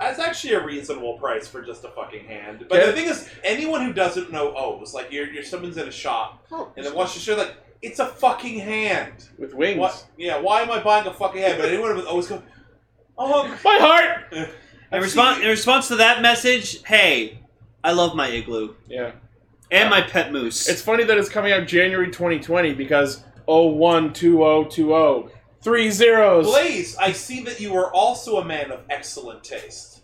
S5: That's actually a reasonable price for just a fucking hand. But
S3: Yeah.
S5: the thing is, anyone who doesn't know O's, like you're, you're someone's in a shop
S6: Oh,
S5: and then watch the show, like it's a fucking hand.
S3: with wings.
S5: What? Yeah. Why am I buying a fucking hand? But anyone with O's go, oh,
S3: My heart.
S4: cannon. In response, in response to that message, hey, I love my igloo
S3: Yeah.
S4: and my pet moose.
S3: It's funny that it's coming out January 2020 because 012020 oh, three zeros.
S5: Blaze, I see that you are also a man of excellent taste.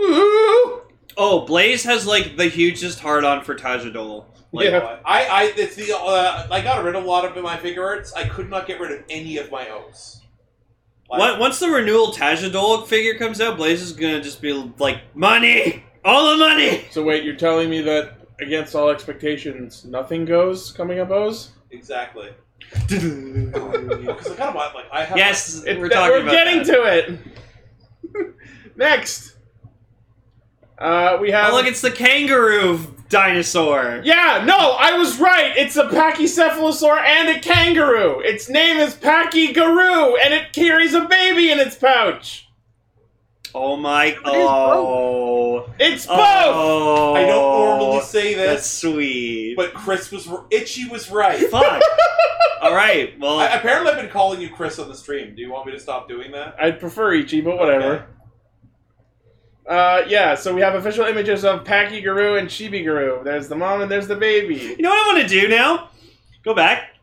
S3: Ooh.
S4: oh, Blaze has like the hugest hard on for Taja Dole. Like,
S3: Yeah.
S5: I, I, it's the, uh, I got rid of a lot of my figure arts. I could not get rid of any of my O's. Like,
S4: What, once the renewal Taja Dole figure comes out, Blaze is gonna just be like, money, all the money.
S3: So wait, you're telling me that against all expectations, nothing goes coming up O's?
S5: Exactly. Because I kind of want, like, I have.
S4: Yes,
S3: It-
S4: we're
S3: that-
S4: talking about
S3: getting
S4: that.
S3: to it. Next, uh, we have.
S4: Oh, look, it's the kangaroo dinosaur.
S3: yeah, no, I was right. It's a pachycephalosaur and a kangaroo. Its name is Pachygaroo, and it carries a baby in its pouch.
S4: Oh my!
S2: is
S4: Oh,
S3: It's both.
S4: oh!
S5: I don't normally say
S4: That's
S5: this,
S4: sweet.
S5: but Chris was. r- Itchy was right.
S4: fuck. All right. Well,
S5: I, apparently, I've been calling you Chris on the stream. Do you want me to stop doing that?
S3: I'd prefer Ichi, but whatever. Uh, yeah, so we have official images of Pachygaroo and Shibiguru. There's the mom and there's the baby.
S4: you know what I want to do now? Go back.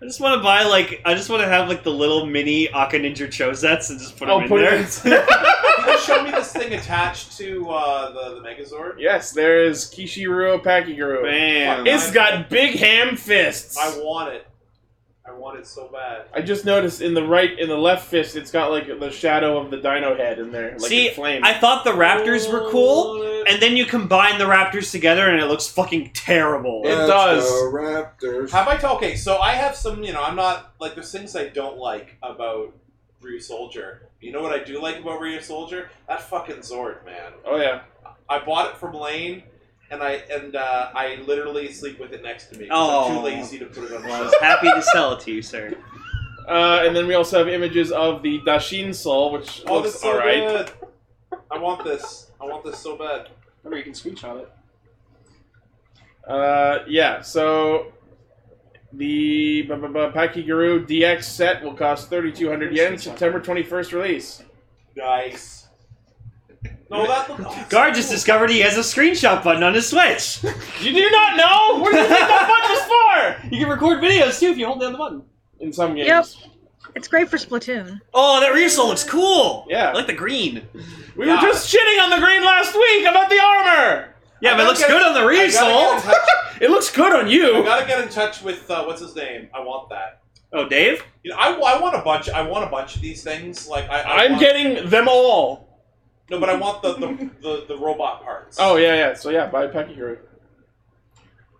S4: I just want to buy like I just want to have like the little mini Aka Ninja Chosets and just put them
S3: I'll
S4: in
S3: Oh, put
S4: there.
S3: it
S5: Can you show me this thing attached to uh, the the Megazord?
S3: Yes, there is Kishiru Pachygaroo.
S4: Bam.
S3: It's got big ham fists.
S5: I want it. I want it so bad.
S3: I just noticed in the right, in the left fist, it's got like the shadow of the dino head in there, like
S4: See,
S3: in flame.
S4: I thought the Raptors were cool, and then you combine the Raptors together, and it looks fucking terrible.
S3: Yeah.
S6: Let's
S3: does.
S6: go, Raptors.
S5: Have I told? Okay, so I have some. You know, I'm not like there's things I don't like about Ryu Soldier. You know what I do like about Ryu Soldier? That fucking Zord, man.
S3: oh yeah,
S5: I bought it from Lane, and I and uh, I literally sleep with it next to me. 'cause I'm
S4: Oh.
S5: too lazy to put it on
S4: Well, I
S5: the shelf.
S4: was happy to sell it to you, sir.
S3: uh, and then we also have images of the Dashin Soul, which
S5: Oh,
S3: looks
S5: this is so
S3: all right.
S5: good. I want this. I want this so bad.
S1: Remember, you can screenshot it.
S3: Uh, yeah, so the bu- bu- bu- Pakiguru DX set will cost 3,200 yen, September 21st release.
S5: Nice. No, that looks. Oh,
S4: Gar just discovered he has a screenshot button on his Switch.
S3: You do not know? What do you think that button is
S1: You can record videos too if you hold down the button.
S3: for? In some games.
S2: Yep. It's great for Splatoon.
S4: Oh, that Rearsol looks cool.
S3: Yeah.
S4: I like the green.
S3: We
S5: Yeah.
S3: were just shitting on the green last week about the armor!
S4: Yeah, but it looks good on the
S5: I gotta,
S4: Rearsol.
S5: get in touch,
S3: It looks good on
S5: I
S3: you!
S5: gotta get in touch with uh, what's his name. I want that.
S4: Oh, Dave?
S5: You know, I, I want a bunch. I want a bunch of these things. Like I, I
S3: I'm
S5: want-
S3: getting them all.
S5: no, but I want the the, the, the robot parts.
S3: Oh, yeah, yeah. So, yeah, buy Pakiguru.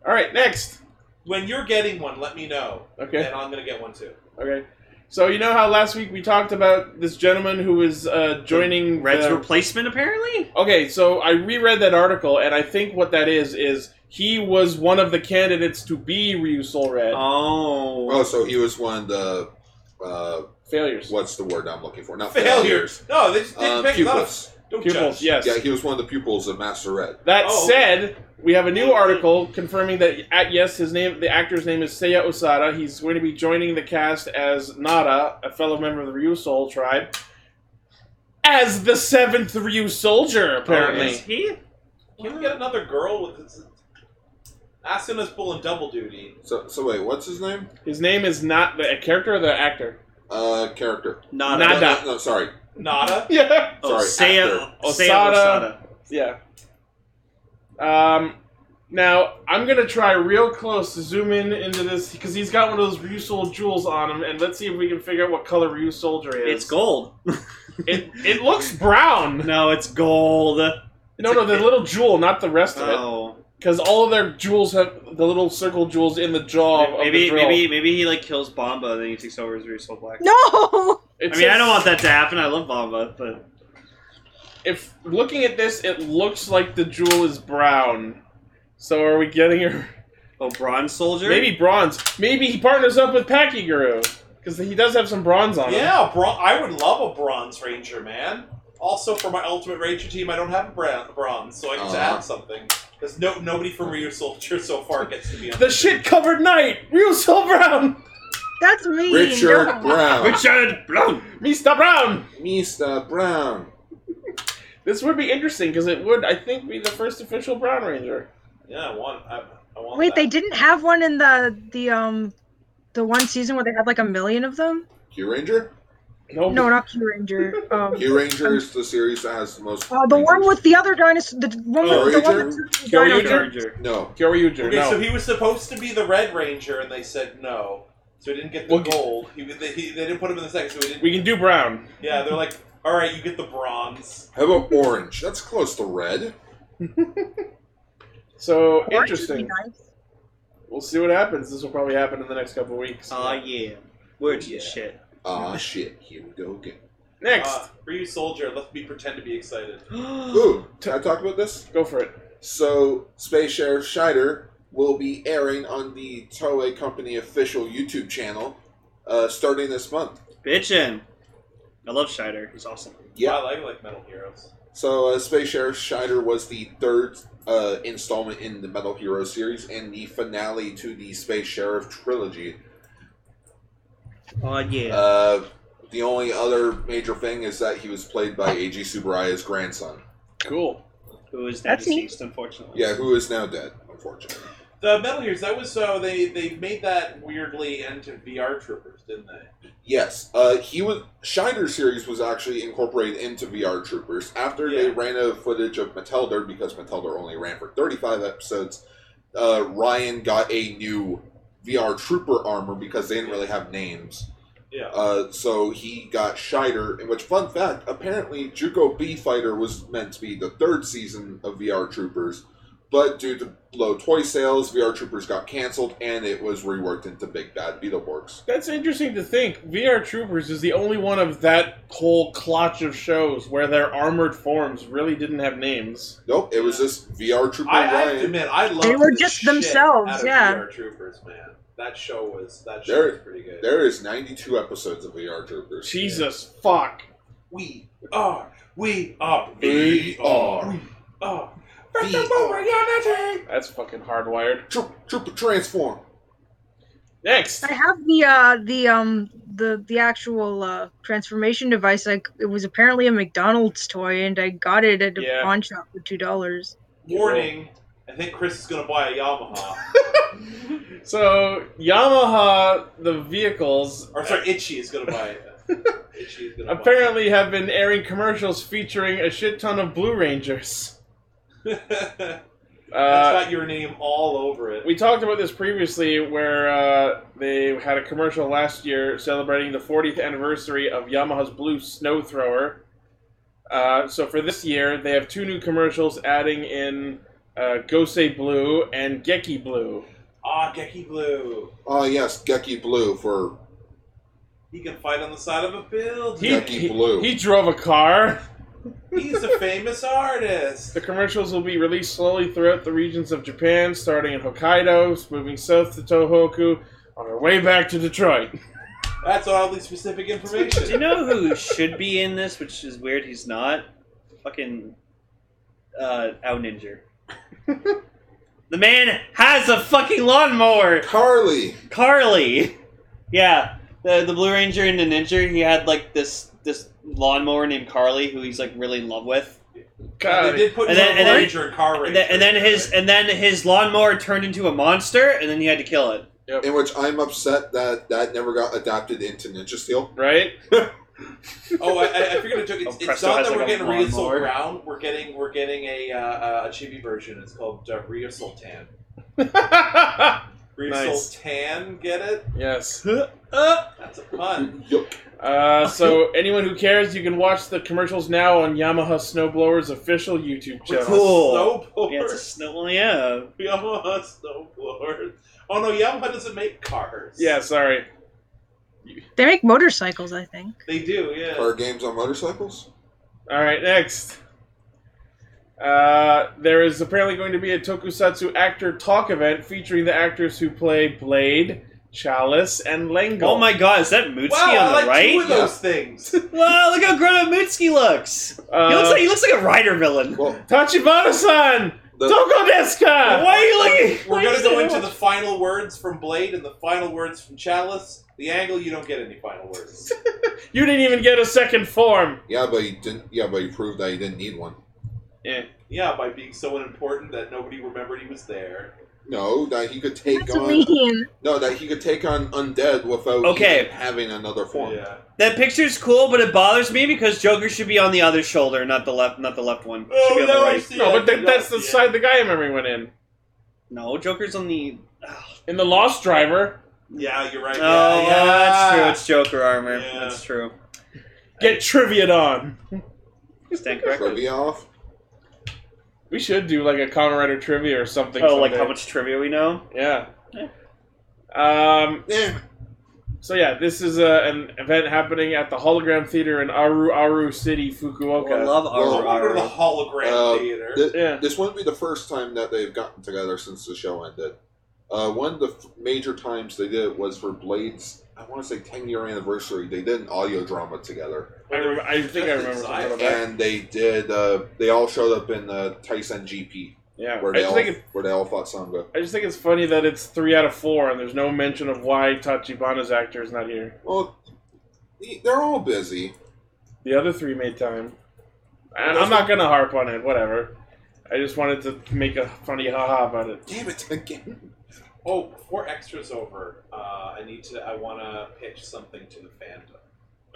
S3: Alright, next.
S5: when you're getting one, let me know,
S3: Okay.
S5: and I'm gonna get one too.
S3: Okay. So, you know how last week we talked about this gentleman who was uh, joining
S4: Red's
S3: the-
S4: replacement, apparently?
S3: Okay, so I reread that article, and I think what that is is he was one of the candidates to be Ryu Soul Red.
S4: Oh.
S6: Oh, so he was one of the uh,
S3: Failures.
S6: what's the word I'm looking for? Not
S5: Failures. No, they just they
S6: Um,
S5: pick it up.
S6: pupils.
S5: Don't
S3: Pupils,
S5: judge.
S3: yes.
S6: Yeah, he was one of the pupils of Master Red.
S3: That
S5: Oh.
S3: said, we have a new article confirming that at yes, his name, the actor's name is Seiya Osada. He's going to be joining the cast as Nara, a fellow member of the Ryu Soul tribe, as the seventh Ryu soldier. Apparently,
S4: Is he?
S5: Can we get another girl with this? Asuna's pulling double duty.
S6: So, so wait, what's his name?
S3: his name is not the character or the actor.
S6: Uh, character.
S4: Not
S6: No,
S3: Nada.
S6: no, no, sorry.
S5: Nada.
S3: Yeah.
S4: Oh,
S6: Sorry,
S4: Seiya,
S3: actor.
S4: Seiya
S3: Osada. Yeah. Um, now I'm gonna try real close to zoom in into this because he's got one of those Ryusoul jewels on him, and let's see if we can figure out what color Ryu Soldier is.
S4: It's gold.
S3: It, it looks brown.
S4: No, it's gold.
S3: No, no, the little jewel, not the rest of it.
S4: Oh,
S3: Because all of their jewels have the little circle jewels in the jaw. of- of Oh, the
S4: maybe
S3: drill.
S4: maybe maybe he like kills Bomba, then he takes over as Rear Soul Black.
S2: No.
S3: It
S4: I mean, I
S3: says-
S4: don't want that to happen. I love Bomba, but
S3: If looking at this, it looks like the jewel is brown. So are we getting her?
S4: oh, Bronze Soldier.
S3: Maybe bronze. Maybe he partners up with Packy Guru because he does have some bronze on him.
S5: Yeah, bron- I would love a bronze ranger, man. Also, for my ultimate ranger team, I don't have a bra- bronze, so I get to
S6: Uh-huh.
S5: add something. Because no, nobody from Rear Soldier so far gets to be on
S3: The shit covered knight, real so brown,
S2: That's me.
S6: Richard Brown.
S4: Richard Brown.
S3: Mista Brown.
S6: Mr. Brown.
S3: This would be interesting because it would, I think, be the first official Brown Ranger.
S5: Yeah, I want. I, I want
S2: Wait,
S5: that.
S2: they didn't have one in the the um the one season where they had like a million of them?
S6: Q Ranger?
S3: No,
S2: No, not Q Ranger. Um,
S6: Q Ranger is the series that has the most.
S2: uh, the one
S6: Rangers.
S2: with the other dinosaur. The one with
S6: Oh,
S2: the one
S6: Ranger?
S2: with the
S3: Kyoryuger?
S2: dinosaur.
S6: No.
S3: Kyoryuger,
S5: Okay,
S3: no.
S5: so he was supposed to be the Red Ranger, and they said no, so he didn't get the
S3: Well, g-
S5: gold. He, they, he, they didn't put him in the second, so he didn't.
S3: we can do brown.
S5: yeah, they're like, all right, you get the bronze.
S6: How about orange? That's close to red.
S3: So
S2: Or it would be
S3: interesting.
S2: nice.
S3: We'll see what happens. This will probably happen in the next couple weeks.
S4: Aw, Uh, yeah. We're just shit.
S6: Ah, shit. Here we go again.
S3: next,
S5: Uh, Ryu Soldier, let me pretend to be excited.
S6: Ooh, can I talk about this?
S3: go for it.
S6: So, Space Sheriff Scheider will be airing on the Toei Company official YouTube channel uh, starting this month.
S4: Bitchin'. I love Scheider. He's awesome.
S6: Yeah.
S5: Wow, I like Metal Heroes.
S6: So, uh, Space Sheriff Scheider was the third uh, installment in the Metal Hero series and the finale to the Space Sheriff trilogy.
S4: Oh yeah.
S6: Uh, the only other major thing is that he was played by Eiji Tsuburaya's grandson.
S3: Cool.
S4: Who is now
S2: That's neat.
S4: deceased, unfortunately.
S6: Yeah, who is now dead, unfortunately.
S5: The Metal Heroes, that was so they they made that weirdly into VR Troopers, didn't they?
S6: Yes, uh, he was. Shiner series was actually incorporated into VR Troopers after they
S5: Yeah.
S6: ran out of footage of Matilda because Matilda only ran for thirty-five episodes. Uh, Ryan got a new VR Trooper armor because they didn't really have names.
S5: Yeah.
S6: Uh, so he got Shider, and which fun fact, apparently Juco B Fighter was meant to be the third season of VR Troopers, but due to low toy sales, VR Troopers got canceled and it was reworked into Big Bad Beetleborgs.
S3: That's interesting to think. VR Troopers is the only one of that whole clutch of shows where their armored forms really didn't have names.
S6: Nope, it was just VR Trooper
S5: I, I have to
S6: Ryan.
S5: admit, I loved
S2: They were
S5: the
S2: just
S5: shit
S2: themselves,
S5: out of
S2: yeah.
S5: VR Troopers, man. That show was that show
S6: They're-
S5: was pretty good.
S6: There is 92 episodes of VR Troopers.
S3: Jesus fuck.
S5: We are, we are,
S6: We are.
S5: we are.
S6: We
S5: Festival
S6: are.
S5: Reality!
S3: That's fucking hardwired.
S6: Troop, Trooper Transform.
S3: Next.
S2: I have the uh the um the the actual uh transformation device. Like it was apparently a McDonald's toy, and I got it at a
S3: Yeah.
S2: pawn shop for two dollars.
S5: Warning. I think Chris is gonna buy a Yamaha.
S3: So Yamaha, the vehicles,
S5: or sorry, Itchy is gonna buy it. Itchy is gonna
S3: apparently have been airing commercials featuring a shit ton of Blue Rangers.
S5: buy it. It's
S3: Uh,
S5: got your name all over it.
S3: we talked about this previously, where uh, they had a commercial last year celebrating the 40th anniversary of Yamaha's Blue Snow Thrower. Uh, so for this year, they have two new commercials, adding in uh, Gosei Blue and Geki Blue.
S5: Ah, Geki Blue.
S6: Oh, yes, Gecky Blue for
S5: He can fight on the side of a
S3: He-
S5: building.
S6: Gecky Blue.
S3: He drove a car.
S5: He's a famous artist.
S3: The commercials will be released slowly throughout the regions of Japan, starting in Hokkaido, moving south to Tohoku, on our way back to Detroit.
S5: That's oddly specific
S4: Do you
S5: information.
S4: know who should be in this, which is weird he's not? Fucking uh Out Ninja. the man has a fucking lawnmower!
S6: Carly.
S4: Carly! Yeah. The the Blue Ranger in the Ninja, he had like this this lawnmower named Carly who he's like really in love with.
S5: they
S3: God,
S5: did put
S4: And
S5: and
S4: then- and then-
S5: Ranger and Car Ranger.
S4: And then, and then his
S5: right?
S4: and then his lawnmower turned into a monster and then he had to kill it.
S6: In which I'm upset that that never got adapted into Ninja Steel.
S3: right?
S5: Oh, I, I I figured it took. It's,
S4: Oh,
S5: it's
S4: Presto
S5: not
S4: has,
S5: that
S4: like,
S5: we're
S4: a
S5: getting Ria Sol
S4: lawnmower.
S5: Brown. We're getting we're getting a uh, a chibi version. It's called uh, Ria Sultan. Ria
S3: Nice.
S5: Sultan, get it?
S3: yes.
S5: That's a pun.
S6: Yup.
S3: Uh, so anyone who cares, you can watch the commercials now on Yamaha Snowblower's official YouTube channel.
S4: Cool.
S5: Snowboard.
S4: Yeah, it's a snow. well, yeah.
S5: Yamaha snowboard. Oh no, Yamaha doesn't make cars.
S3: Yeah, sorry.
S2: They make motorcycles, I think.
S5: they do. Yeah.
S6: Are games on motorcycles?
S3: All right, next. Uh, there is apparently going to be a tokusatsu actor talk event featuring the actors who play Blade, Chalice, and Lango.
S4: Oh my god, is that Mutsky
S5: Wow, I
S4: on the
S5: like two of
S4: right?
S5: those things.
S4: Wow, look how grown up Mutsky looks.
S3: Uh,
S4: he looks like he looks like a rider villain.
S6: Well,
S3: Tachibana-san!
S6: the,
S3: Toko
S4: Why are you looking?
S5: We're
S4: why
S5: gonna
S4: is
S5: go
S4: it-
S5: into the final words from Blade and the final words from Chalice. The angle, you don't get any final words.
S3: You didn't even get a second form.
S6: yeah, but you didn't. Yeah, but you proved that you didn't need one.
S5: yeah, by being so unimportant that nobody remembered he was there.
S6: No, that he could take
S2: That's
S6: on.
S2: mean.
S6: No, that he could take on undead without
S4: Okay.
S6: even having another form.
S5: Yeah.
S4: That picture's cool, but it bothers me because Joker should be on the other shoulder, not the left, not the left one. Should
S5: Oh,
S4: be on the right.
S3: Oh, No, but that, that's the side the guy memory went in.
S4: No, Joker's on the.
S3: In the Lost Driver,
S5: Yeah, you're right.
S4: Oh,
S5: yeah, yeah.
S4: that's true. It's Joker armor.
S5: Yeah.
S4: That's true.
S3: get trivia on.
S4: Stand corrected.
S6: Trivia off.
S3: We should do like a Kamen Rider trivia or something.
S4: Oh, like
S3: someday.
S4: how much trivia we know?
S3: Yeah. Um.
S6: Damn it.
S3: So yeah, this is a, an event happening at the Hologram Theater in Aru Aru City, Fukuoka.
S4: Oh, I love
S6: Well,
S4: Aru
S5: I'll go to the
S4: Aru.
S5: hologram
S6: Uh,
S5: theater.
S6: Th-
S3: yeah.
S6: This wouldn't be the first time that they've gotten together since the show ended. Uh, one of the f- major times they did it was for Blade's, I want to say, 10 year anniversary. They did an audio drama together.
S3: I, rem- I think I remember something about that.
S6: And they did, uh, they all showed up in uh, Tyson GP,
S3: Yeah. I
S6: where they,
S3: just
S6: all,
S3: think it,
S6: where they all fought Sangha.
S3: I just think it's funny that it's three out of four, and there's no mention of why Tachibana's actor is not here.
S6: Well, he- they're all busy.
S3: The other three made time. And I'm not gonna harp on it. Whatever. I just wanted to make a funny haha about it.
S6: Damn it again.
S5: Oh, before extras over, uh, I need to. I want to pitch something to the fandom.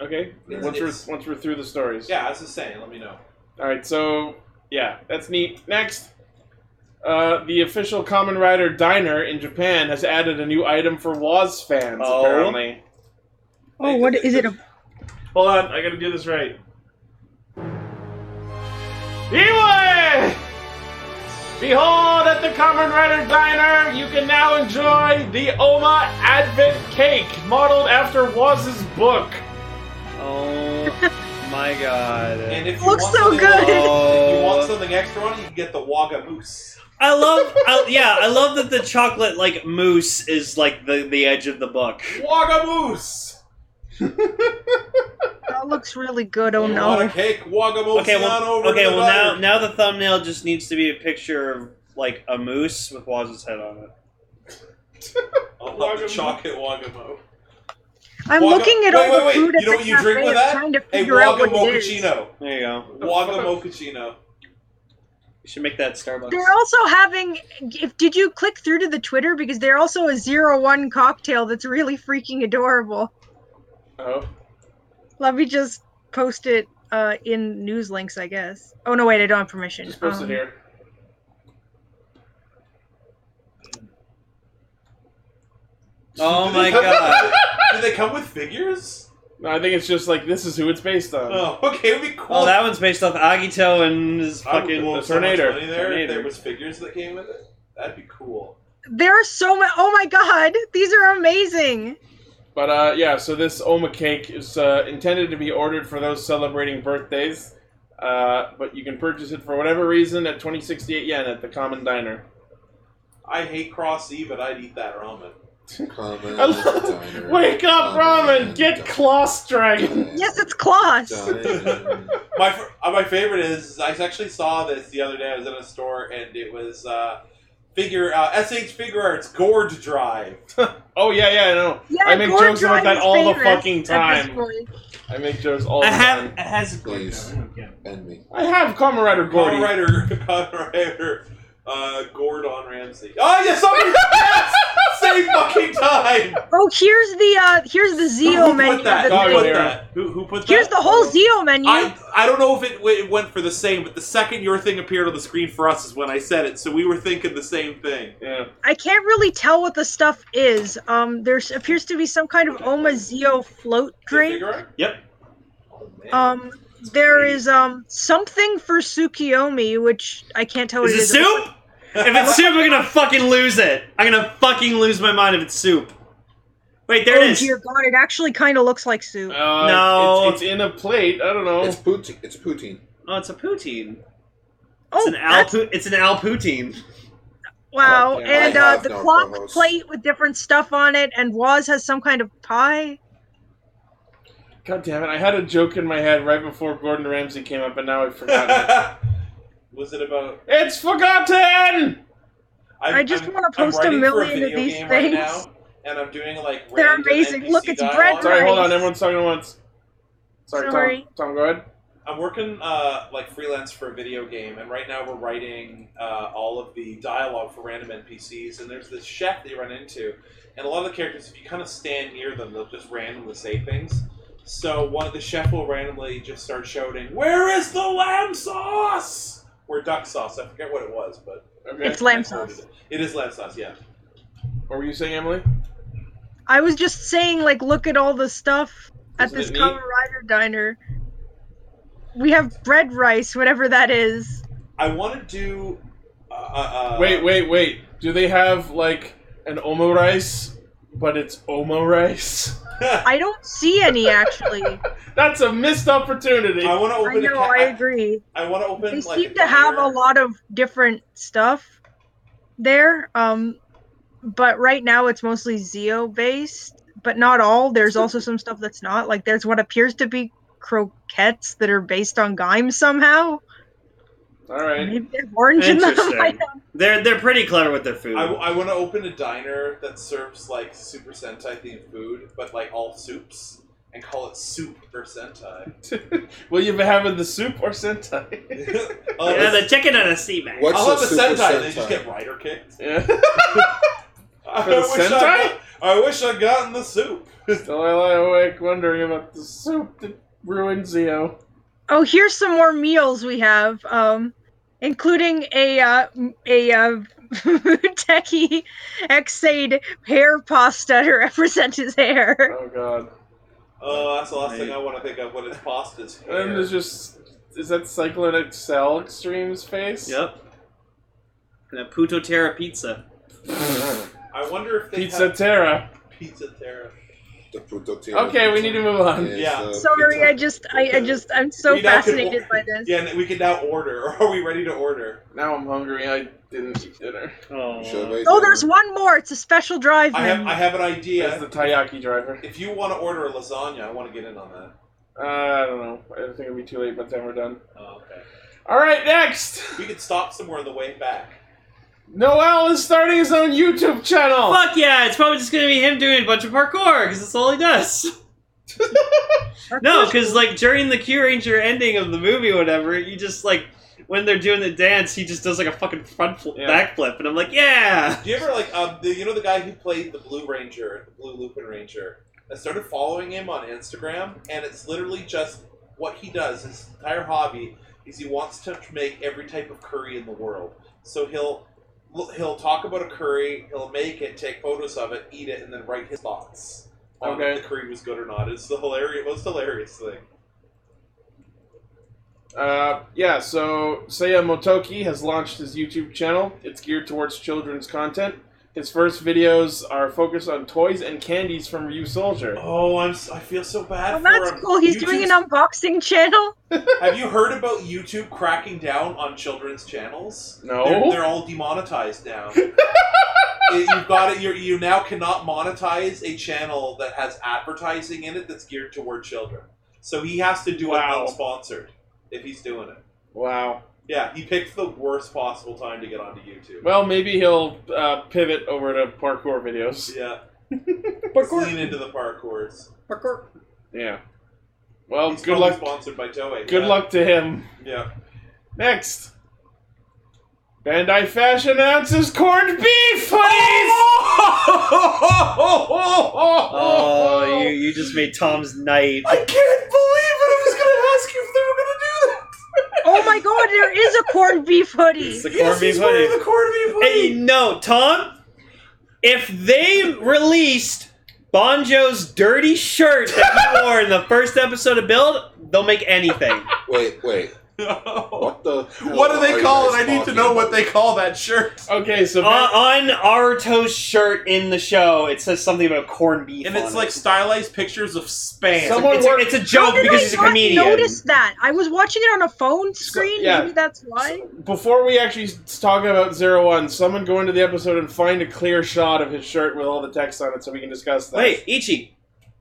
S3: Okay.
S6: It's-
S3: Once
S5: it's-
S3: we're once we're through the stories.
S5: Yeah, as I was saying, let me know.
S3: All right, so yeah, that's neat. Next, uh, the official Common Rider Diner in Japan has added a new item for Waz fans.
S4: Oh.
S3: Apparently,
S2: Oh, what is it? A,
S3: hold on, I gotta do this right. Anyway, behold at the Common Rider Diner, you can now enjoy the Oma Advent Cake, modeled after Waz's book.
S4: Oh my god.
S5: And if you
S2: Looks
S5: want
S2: so
S5: something-
S2: good.
S5: If you
S6: Uh,
S5: want
S4: Oh.
S5: something extra on it, you can get the Waga Moose.
S4: I love. I, yeah, I love that the chocolate like mousse is like the the edge of the book.
S5: Waga Moose!
S2: that looks really good. Oh
S5: You want a
S2: no.
S5: cake? Waga Moose
S4: Okay,
S5: on
S4: well,
S5: over
S4: okay,
S5: to the
S4: well now
S5: diner.
S4: now the thumbnail just needs to be a picture of like a moose with Waz's head on it.
S5: I'll love the
S3: Wagamoo.
S5: chocolate Wagamo.
S2: I'm
S5: Waga-
S2: looking at
S5: wait,
S2: all the
S5: wait, wait.
S2: food
S5: You
S2: at
S5: know
S2: the
S5: what you
S2: cafe
S5: drink with
S2: and
S5: that?
S2: trying to
S5: A
S2: figure out
S5: Waga
S2: what it is.
S5: Mochaccino.
S4: There you go.
S5: Waga Mochaccino.
S4: You should make that Starbucks.
S2: They're also having. If did you click through to the Twitter because they're also a zero one cocktail that's really freaking adorable.
S3: Oh,
S2: Let me just post it uh, in news links, I guess. Oh no, wait, I don't have permission.
S3: just post
S2: Um,
S3: it here.
S4: Oh
S5: Do
S4: my
S5: they come
S4: god.
S5: with- Do they come with figures?
S3: No, I think it's just like this is who it's based on.
S5: Oh, okay, it would be cool.
S4: Oh, that one's based off Agito and his
S5: I would
S4: fucking.
S5: throw so
S3: tornado.
S5: much money there if
S4: Tornado.
S5: there was figures that came with it. That'd be cool.
S2: There are so many. Oh my god, these are amazing.
S3: But uh, yeah, so this Oma cake is uh, intended to be ordered for those celebrating birthdays. Uh, but you can purchase it for whatever reason at 2068 yen at the Common Diner.
S5: I hate Cross E, but I'd eat that ramen.
S6: Common
S3: I love-
S6: diner.
S3: Wake up,
S6: Common
S3: ramen! Get
S6: diner.
S3: Kloss Dragon!
S2: Yes, it's Claus.
S6: Diner.
S5: My fr- uh, my favorite is I actually saw this the other day. I was in a store and it was uh, figure uh, SH Figure Arts Gourd Drive.
S3: Oh, yeah, yeah, I know.
S2: Yeah,
S3: I make
S2: Gordon
S3: jokes about
S2: Drive
S3: that
S2: is
S3: all the
S2: famous
S3: fucking
S2: at this
S3: time.
S2: point.
S3: I make jokes all the
S4: I have.
S3: time.
S4: It has a
S6: Please. End me.
S3: I have Kamen Rider Gordy.
S5: Kamen Ah, Rider, Kamen Rider, uh, Gordon Ramsay. Oh yes, somebody, yes, same fucking time.
S2: Oh, here's the uh here's the Zeo
S5: who
S2: menu.
S5: put that?
S2: that
S3: Oh,
S5: Who
S2: they-
S5: put
S3: yeah.
S5: that? Who, who put
S2: here's
S5: that?
S2: the whole Zeo menu.
S5: I, I don't know if it, w- it went for the same, but the second your thing appeared on the screen for us is when I said it, so we were thinking the same thing.
S3: Yeah.
S2: I can't really tell what the stuff is. Um, there appears to be some kind of Oma Zeo float drink.
S4: Yep.
S6: Oh, man.
S2: Um, there is um something for Tsukiyomi, which I can't tell what
S4: Is it
S2: it
S4: soup? if it's soup, I'm gonna fucking looks like- lose it. I'm gonna fucking lose my mind if it's soup. Wait, there
S2: oh
S4: it is.
S2: dear God! It actually kind of looks like soup.
S3: Uh,
S4: No.
S3: It's, it's in a plate. I don't know.
S6: It's poutine. It's poutine.
S4: Oh, it's a poutine.
S2: oh,
S4: It's an al.
S2: that's-
S4: Pu- it's an al poutine.
S2: wow!
S3: Yeah, I
S2: and uh,
S6: have
S2: the
S6: no
S2: clock
S6: promos.
S2: plate with different stuff on it, and Waz has some kind of pie.
S3: God damn it! I had a joke in my head right before Gordon Ramsay came up, and now I forgot. it.
S5: was it about?
S3: it's forgotten.
S5: I'm,
S2: I just
S5: I'm-
S2: wanna post a
S5: I'm writing for
S2: million of
S5: video
S2: these
S5: game
S2: things.
S5: Right now, and I'm doing like
S2: They're
S5: random
S2: amazing.
S5: NPC
S2: Look, it's bread
S5: dialogue.
S2: Sorry.
S3: Sorry, hold on. Everyone's talking at once. Sorry,
S2: Sorry.
S3: Tom. Tom, go ahead.
S5: I'm working uh, like freelance for a video game, and right now we're writing uh, all of the dialogue for random NPCs. And there's this chef that you run into, and a lot of the characters, if you kind of stand near them, they'll just randomly say things. So one of the chef will randomly just start shouting, "Where is the lamb sauce?" Or duck sauce? I forget what it was, but
S3: Okay.
S2: It's lamb
S5: I ordered
S2: sauce.
S5: It. it is lamb sauce. Yeah.
S3: What were you saying, Emily?
S2: I was just saying, like, look at all the stuff at
S3: Isn't
S2: this
S3: it neat?
S2: Kamen Rider diner. We have bread rice, whatever that is.
S5: I want to do. Uh, uh, uh,
S3: wait, wait, wait. Do they have like an omo rice, but it's omo rice?
S2: I don't see any actually. I
S3: That's a missed opportunity.
S5: I want to open.
S2: know,
S5: a ca-
S2: I agree.
S5: I want to open.
S2: They
S5: like,
S2: seem to have a
S5: diner.
S2: lot of different stuff there. Um, but right now it's mostly Zeo based, but not all. There's also some stuff that's not. Like, there's what appears to be croquettes that are based on Gaim somehow.
S3: All right.
S2: Maybe they have orange in them. I
S4: Interesting. They're they're pretty clever with their food.
S5: I, want to open a diner that serves like Super Sentai themed food, but like all soups, and call it Soup or Sentai.
S3: Will you be having the soup or sentai?
S5: I'll
S4: yeah,
S5: have
S4: the
S5: a,
S4: chicken and a sea bag.
S6: What's
S5: I'll have a
S6: the Super
S5: Sentai, and they
S6: Sentai?
S5: just get rider kicked.
S3: yeah.
S5: I,
S3: For the
S5: wish I,
S3: Sentai?
S5: got- I wish I gotten the soup.
S3: Still I lie awake wondering about the soup that ruined Zio.
S2: Oh, here's some more meals we have, um, including a uh, m- a uh, Techie Xade hair pasta to represent his hair.
S3: Oh god.
S5: Oh, that's the last thing I want to think of when it's pasta's
S3: And
S5: here.
S3: there's just is that Cyclone Excel Extreme's face?
S4: Yep. And a Puto Terra pizza.
S5: I wonder if they
S3: Pizza
S5: have
S3: Terra.
S5: Pizza Terra.
S6: The puto
S3: Okay, we need to move on.
S6: Is,
S4: Oh,
S5: Yeah.
S6: uh,
S2: Sorry,
S6: pizza.
S2: I just I, I
S6: Okay.
S2: just I'm so
S5: We now can
S2: fascinated
S5: order-
S2: by this.
S5: Yeah, and we can now order. Or are we ready to order?
S3: Now I'm hungry. I didn't eat dinner.
S4: Oh.
S6: Should I
S2: Oh,
S6: make
S2: there's
S6: them?
S2: one more. It's a special drive.
S5: I have I
S2: menu.
S5: have an idea.
S3: As the taiyaki driver.
S5: If you want to order a lasagna, I want to get in on that.
S3: Uh, I don't know. I think it'll be too late by the time we're done.
S5: Oh, okay.
S3: All right, next.
S5: We could stop somewhere on the way back.
S3: Noel is starting his own YouTube channel.
S4: Oh, Fuck yeah! It's probably just gonna be him doing a bunch of parkour because that's all he does. No, because like during the Q Ranger ending of the movie, or whatever, you just like when they're doing the dance, he just does like a fucking front flip,
S3: Yeah.
S4: back flip, and I'm like, yeah.
S5: Do you ever like um, the, you know the guy who played the Blue Ranger, the Blue Lupin Ranger? I started following him on Instagram, and it's literally just what he does. His entire hobby is he wants to make every type of curry in the world. So he'll he'll talk about a curry, he'll make it, take photos of it, eat it, and then write his thoughts on
S3: Okay.
S5: if the curry was good or not. It's the hilarious, most hilarious thing.
S3: Uh, yeah, so Seiya Motoki has launched his YouTube channel. It's geared towards children's content. His first videos are focused on toys and candies from Ryu Soldier.
S5: Oh, I'm s- I feel so bad.
S2: Well,
S5: for
S2: Oh, that's
S5: him.
S2: cool. He's doing
S5: YouTube's
S2: an unboxing channel.
S5: Have you heard about YouTube cracking down on children's channels?
S3: No.
S5: They're, they're all demonetized now. It- you've got it. You're, you now cannot monetize a channel that has advertising in it that's geared toward children. So he has to do
S3: Wow.
S5: it unsponsored if he's doing it.
S3: Wow.
S5: Yeah, he picked the worst possible time to get onto YouTube.
S3: Well, maybe he'll uh, pivot over to parkour videos.
S5: yeah, just
S4: Parkour,
S5: lean into the parkours.
S4: parkour.
S3: Yeah. Well,
S5: He's
S3: good
S5: probably
S3: luck.
S5: Sponsored by Toei.
S3: Good
S5: yeah.
S3: luck to him.
S5: Yeah.
S3: Next. Bandai Fashion announces corned beef hoodies!
S4: Oh, you, you just made Tom's night.
S5: I can't believe it! I was gonna ask you if they were gonna do that!
S2: Oh my god, there is a corned beef hoodie.
S4: It's the corned
S5: Yes,
S4: beef
S5: he's wearing
S4: hoodie.
S5: the corned beef hoodie!
S4: Hey, no, Tom. If they released Bonjo's dirty shirt that he wore in the first episode of Build, they'll make anything.
S6: Wait, wait.
S5: No.
S6: What the? hell
S5: What do
S6: are
S5: they
S6: you
S5: call it?
S6: guys
S5: I need to
S6: talking
S5: know
S6: about?
S5: what they call that shirt.
S3: Okay, so
S4: Uh, on Aruto's shirt in the show, it says something about corned beef.
S5: And
S4: on
S5: it's
S4: it.
S5: like stylized pictures of Span.
S3: Someone-
S4: it's, a, it's a joke
S2: How did
S4: because
S2: I
S4: he's a
S2: not
S4: comedian.
S2: notice that. I was watching it on a phone screen.
S3: yeah.
S2: Maybe that's why.
S4: uh.
S3: before we actually s- talk about Zero One, someone go into the episode and find a clear shot of his shirt with all the text on it so we can discuss that.
S4: Wait, Ichi,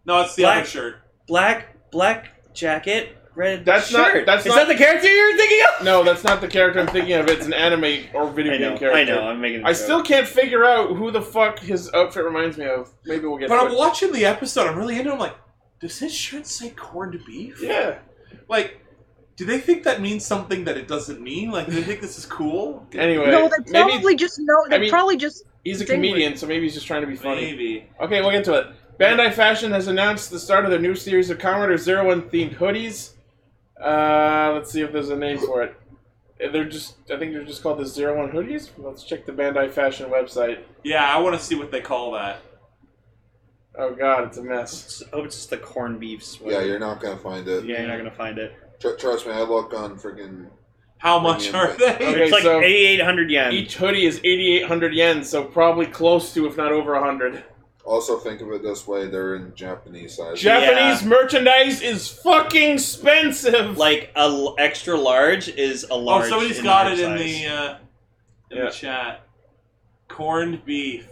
S5: no, it's the
S4: Black-
S5: other shirt.
S4: black black jacket, red
S3: That's not-
S4: shirt.
S3: that's
S4: Is
S3: not-
S4: that the character you're thinking of?
S3: No, that's not the character I'm thinking of. It's an anime or video
S4: I know,
S3: game character.
S4: I know, I'm making. a
S3: I
S4: joke.
S3: still can't figure out who the fuck his outfit reminds me of. Maybe we'll get
S5: But
S3: to
S5: I'm
S3: it.
S5: watching the episode. I'm really into. it. I'm like, does his shirt say corned beef?
S3: Yeah.
S5: Like, do they think that means something that it doesn't mean? Like, do they think this is cool?
S3: Anyway,
S2: no, they probably
S3: maybe
S2: just know. They
S3: I mean-
S2: probably just.
S3: he's a
S2: Dingler.
S3: comedian, so maybe he's just trying to be funny.
S5: Maybe.
S3: Okay, we'll get to it. Bandai Fashion has announced the start of their new series of Commodore Zero One themed hoodies. Uh, let's see if there's a name for it. They're just, I think they're just called the Zero One hoodies. Let's check the Bandai Fashion website.
S5: Yeah, I want to see what they call that.
S3: Oh god, it's a mess.
S4: Oh, it's just the corned beef
S6: Yeah,
S4: sweater.
S6: you're not gonna find it.
S4: yeah, you're not gonna find it.
S6: Tr- trust me, I look on freaking.
S5: How much
S6: Premium.
S5: are they?
S3: Okay,
S4: it's like
S3: so-
S4: 8,800 yen.
S3: Each hoodie is 8,800 yen, so probably close to, if not over 100.
S6: Also, think of it this way: they're in Japanese size.
S3: Japanese merchandise is fucking expensive.
S4: like a l- extra large is a
S5: Oh,
S4: large.
S5: somebody's
S4: in
S5: got
S4: large
S5: it in
S4: size.
S5: the uh, in
S3: Yeah.
S5: the chat. Corned beef.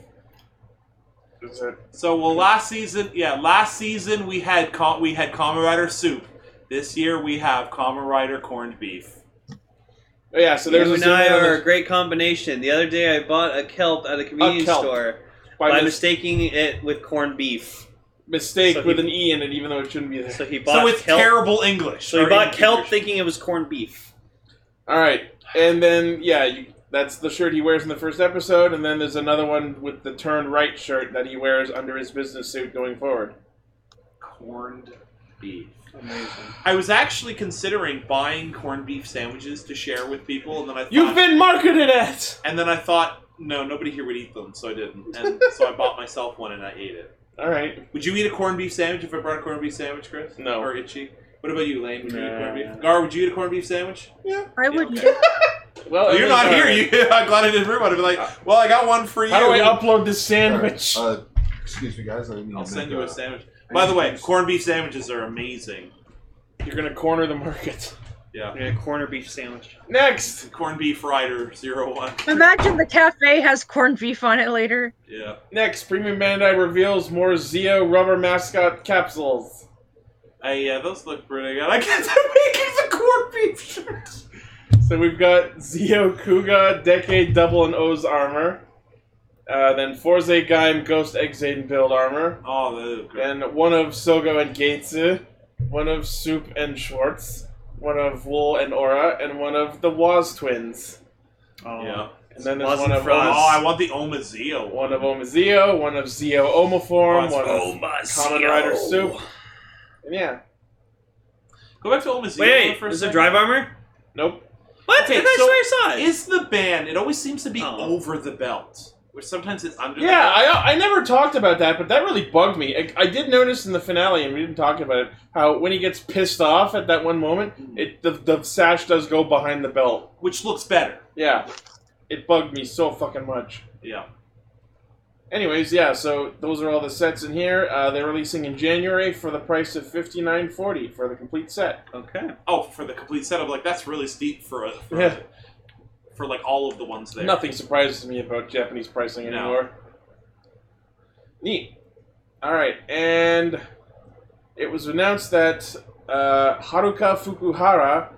S3: Is it-
S5: So well, last season, yeah, last season we had com- we had Kamen Rider soup. This year we have Kamen Rider corned beef.
S3: Oh, yeah, so
S4: You
S3: there's
S4: and
S3: a
S4: I
S3: zero
S4: are a great combination. The other day I bought a kelp at a convenience
S3: kelp.
S4: store
S3: by
S4: by
S3: mis-
S4: mistaking it with corned beef.
S3: mistake
S4: So he-
S3: with an E in it, even though it shouldn't be there.
S4: So he bought
S5: So it's
S4: kelp.
S5: terrible English.
S4: so he
S5: or
S4: bought
S5: English
S4: kelp
S5: version.
S4: thinking it was corned beef.
S3: All right, and then yeah, you, that's the shirt he wears in the first episode, and then there's another one with the turn right shirt that he wears under his business suit going forward.
S5: corned beef.
S3: Amazing.
S5: I was actually considering buying corned beef sandwiches to share with people, and then I thought,
S3: You've been marketed at.
S5: and then I thought, no, nobody here would eat them, so I didn't, and so I bought myself one and I ate it.
S3: All right,
S5: Would you eat a corned beef sandwich if I brought a corned beef sandwich, Chris?
S3: No.
S5: Or Itchy? What about you, Lane? Would you eat a corned
S4: Nah.
S5: beef? Gar, would you eat a corned beef sandwich?
S2: I would.
S5: okay.
S3: well everyone's
S5: You're not
S3: all
S5: here.
S3: right.
S5: You, I'm glad I didn't bring one. I'd be
S3: Uh,
S5: like, well, I got one for you.
S3: How do I upload this sandwich?
S6: Alright, Uh, excuse me, guys. I didn't mean
S5: will
S6: to
S5: send
S6: make
S5: you a
S6: that.
S5: sandwich.
S6: I
S5: By the
S6: need
S5: way,
S6: to-
S5: corned beef sandwiches are amazing.
S3: You're gonna corner the market.
S5: Yeah.
S4: Yeah, corner beef sandwich.
S3: Next.
S5: Corned beef rider zero one.
S2: Imagine the cafe has corned beef on it later.
S5: Yeah.
S3: Next, Premium Bandai reveals more Zio rubber mascot capsules.
S5: I, yeah, those look pretty good. I guess I'm making the corned beef shirts.
S3: So we've got Zio Kuga, Decade Double and O's armor. Uh, then Forze Gaim, Ghost Exade and Build armor.
S5: Oh, they look great.
S3: Then one of Sogo and Gaitsu, one of Soup and Schwartz, one of Wool and Aura, and one of the Waz twins.
S4: Oh.
S5: Yeah.
S3: And then there's
S4: Waz
S3: one
S4: and
S3: of
S5: Oh, I
S3: Oma's,
S5: want the Omazeo one.
S3: one of Omazeo, one of Zio Omaform,
S5: Waz-
S3: one of
S4: Oh my
S3: Common Rider Soup. And yeah.
S5: Go back to Omazeo
S4: Wait,
S5: for
S4: wait,
S5: a
S4: is
S5: second.
S4: it dry bomber?
S3: Nope.
S4: What?
S5: Okay,
S4: I thought
S5: so
S4: I swear I saw it.
S5: Is the band? It always seems to be
S4: Oh.
S5: over the belt, which sometimes it's under.
S3: Yeah,
S5: the belt.
S3: I, I never talked about that, but that really bugged me. I, I did notice in the finale, and we didn't talk about it, how when he gets pissed off at that one moment, it the, the sash does go behind the belt.
S5: which looks better.
S3: Yeah, it bugged me so fucking much.
S5: Yeah.
S3: Anyways, yeah, so those are all the sets in here. Uh, they're releasing in January for the price of fifty nine forty for the complete set.
S4: okay.
S5: Oh, for the complete setup, like that's really steep for a, for,
S3: Yeah.
S5: for like all of the ones there.
S3: Nothing surprises me about Japanese pricing
S5: No.
S3: anymore. Neat. All right, and it was announced that uh, Haruka Fukuhara,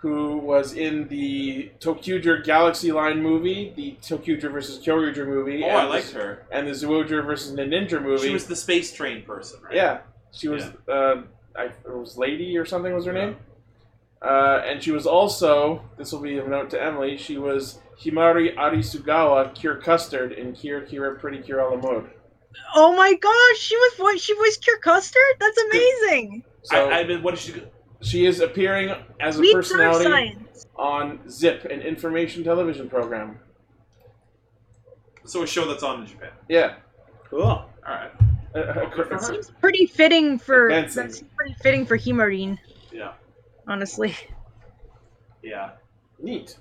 S3: who was in the Tokyuger Galaxy Line movie, the Tokyuger versus Kyoryuger movie,
S5: Oh,
S3: and,
S5: I
S3: the-
S5: liked her.
S3: and the Zuoger versus Ninja movie.
S5: She was the space train person, right?
S3: um, Yeah, she was. Uh, I, it was Lady or something was her
S5: Yeah.
S3: name. Uh, and she was also, this will be a note to Emily, she was Himari Arisugawa, Cure Custard, in Cure Kira Pretty Cure a la Mode.
S2: Oh my gosh, she was what? She voiced Cure Custard. That's amazing.
S3: So
S5: I, I mean, what did she? go-
S3: she is appearing as a
S2: Sweet Star
S3: personality
S2: Science.
S3: on Zip, an information television program.
S5: So a show that's on in Japan.
S3: Yeah.
S4: Cool.
S5: All right.
S3: Uh, uh, cr-
S2: That seems pretty fitting for that
S3: Advancing.
S2: seems pretty fitting for Himarine,
S5: Yeah.
S2: honestly.
S5: Yeah.
S3: Neat.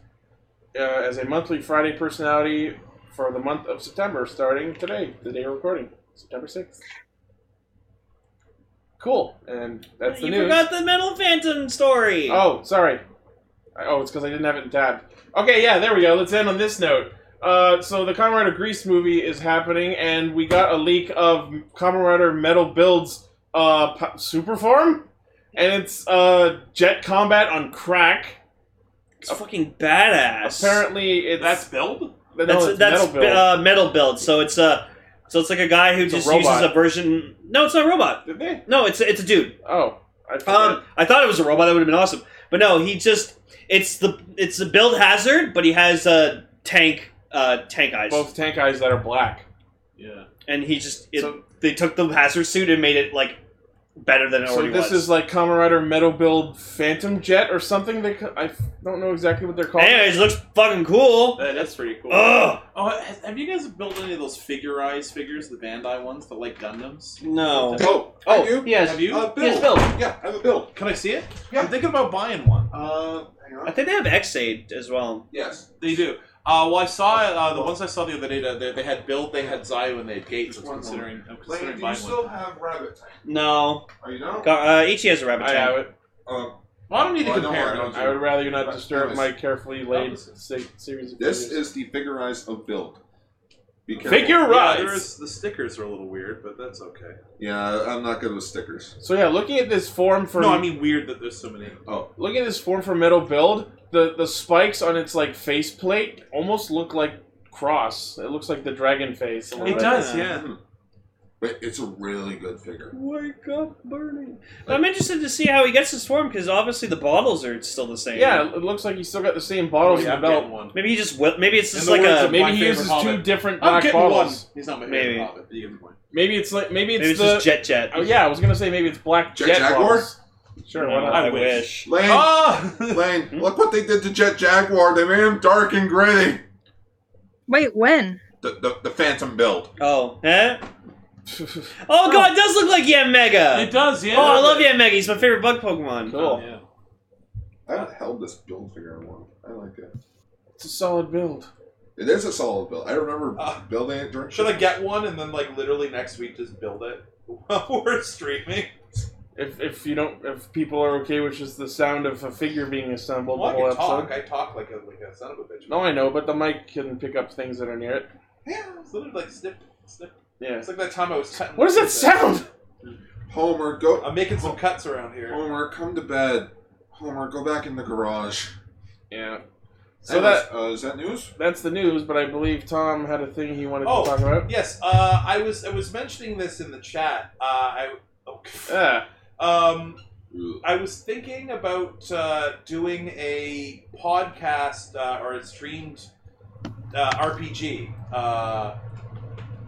S3: Uh, as a monthly Friday personality for the month of September, starting today, the day we're recording, September 6th. Cool. And that's the
S4: you
S3: news.
S4: forgot the Metal Phantom story.
S3: Oh, sorry. I- Oh, it's because I didn't have it in tab. Okay, yeah, there we go. Let's end on this note. Uh, so the Comrade of Grease movie is happening, and we got a leak of Comrade Metal Build's uh, p- super form, and it's uh, jet combat on crack.
S4: it's fucking badass.
S3: Apparently, it's
S5: That's build.
S3: no,
S4: that's
S3: it's
S4: that's
S3: Metal Build.
S4: Uh, metal build. So it's a so it's like a guy who
S3: It's a
S4: just uses
S3: robot.
S4: a version. No, it's not a robot.
S3: Did they?
S4: No, it's a, it's a dude.
S3: Oh, I forget.
S4: Um, I thought it was a robot. That would have been awesome. But no, he just it's the it's the build hazard, but he has uh, tank uh, tank eyes,
S3: both tank eyes that are black.
S5: Yeah.
S4: and he just it,
S3: So-
S4: they took the hazard suit and made it like better than it
S3: So
S4: already
S3: this
S4: was.
S3: is like Comrade Metal Build Phantom Jet or something. They ca- I f- don't know exactly what they're called.
S4: Anyways, it looks fucking cool.
S5: That, that's pretty cool.
S4: Ugh.
S5: Oh, ha- have you guys built any of those figurized figures, the Bandai ones, the like Gundams?
S4: No.
S6: Oh, I do.
S4: Yes.
S5: Have you?
S6: Uh, Bill.
S4: Yes, Bill.
S6: Yeah, I have a build.
S5: Can I see it?
S6: Yeah.
S5: I'm thinking about buying one.
S6: Uh, hang
S4: I
S6: on.
S4: think they have X-Aid as well.
S6: Yes.
S5: They do. Uh, well, I saw uh, the ones I saw the other day. They, they had Build, they had Zayu, and they had Gates. I'm
S6: One more.
S5: considering, I'm considering
S6: Lane, do
S5: buying
S6: you
S5: one.
S6: still have rabbit tank?
S4: No.
S6: Are you not?
S4: Got, uh, Ichi has a rabbit
S3: I
S4: tank.
S3: have it.
S6: Um,
S5: Well, I don't need to
S6: Well, I don't
S5: compare.
S6: want- I don't-
S3: I would rather you not
S6: Right,
S3: disturb
S6: that
S3: my
S6: was-
S3: carefully
S5: that
S3: laid
S5: was-
S3: se- series of
S6: this
S3: figures.
S6: is the figurized of build. Be careful.
S3: figure
S5: Yeah,
S3: rise.
S5: there's, the stickers are a little weird, but that's okay.
S6: Yeah, I'm not good with stickers.
S3: so yeah, looking at this form for
S5: no, I mean weird that there's so many.
S6: Oh,
S3: looking at this form for metal build, the the spikes on its like face plate almost look like cross. It looks like the dragon face. a little
S5: It
S3: bit.
S5: does,
S4: yeah.
S5: yeah.
S6: but it's a really good figure.
S4: Wake up, burning. I'm interested to see how he gets his form because obviously the bottles are still the same.
S3: Yeah, it looks like he's still got the same bottles
S5: Oh, yeah,
S3: in
S5: I'm
S3: the
S5: getting
S3: belt.
S5: one.
S4: Maybe he just wi- maybe it's
S5: In
S4: just
S5: the
S4: like
S5: words
S4: a
S5: of- My
S3: Maybe he
S5: favorite
S3: uses two
S5: Hobbit.
S3: different
S5: I'm
S3: black
S5: getting
S3: bottles.
S5: one. He's not my
S4: Maybe.
S5: favorite Hobbit. but You get the point.
S3: Maybe it's like maybe it's
S4: maybe it's
S3: the
S4: just Jet Jet.
S3: oh yeah, I was gonna say maybe it's black
S6: Jet
S3: jet,
S6: Jaguar?
S3: bottles. Sure,
S4: No,
S3: why not?
S4: I
S5: I
S4: wish.
S5: wish.
S6: Lane,
S5: Oh!
S6: Lane, look what they did to Jet Jaguar. They made him dark and gritty.
S2: Wait, when?
S6: The the, the Phantom build.
S4: Oh, eh? Oh god, it does look like Yam
S5: it
S4: Mega.
S5: does, yeah.
S4: Oh, I love Yam Mega. He's my favorite bug Pokemon.
S3: cool.
S5: Yeah.
S6: I haven't held this build figure in a while. I like it.
S3: It's a solid build.
S6: It is a solid build. I remember
S5: Uh,
S6: building it during.
S5: Should I get one and then like literally next week just build it while we're streaming?
S3: If, if you don't if people are okay with just the sound of a figure being assembled
S5: Well, I
S3: the whole
S5: can
S3: episode.
S5: talk. I talk like a like a son of a bitch.
S3: No, I know, but the mic can pick up things that are near it.
S5: Yeah, it's literally like snip, snip.
S3: Yeah.
S5: It's like that time I was cutting.
S3: What does that sound? Oh.
S6: Homer, go.
S5: I'm making some cuts around here.
S6: Homer, come to bed. Homer, go back in the garage.
S3: Yeah. So
S6: Anyways,
S3: that
S6: uh, is that news?
S3: that's the news, but I believe Tom had a thing he wanted
S5: Oh.
S3: to talk about.
S5: Yes, uh, I was I was mentioning this in the chat. Uh, I oh,
S3: Yeah.
S5: um, I was thinking about uh, doing a podcast uh, or a streamed uh, RPG uh,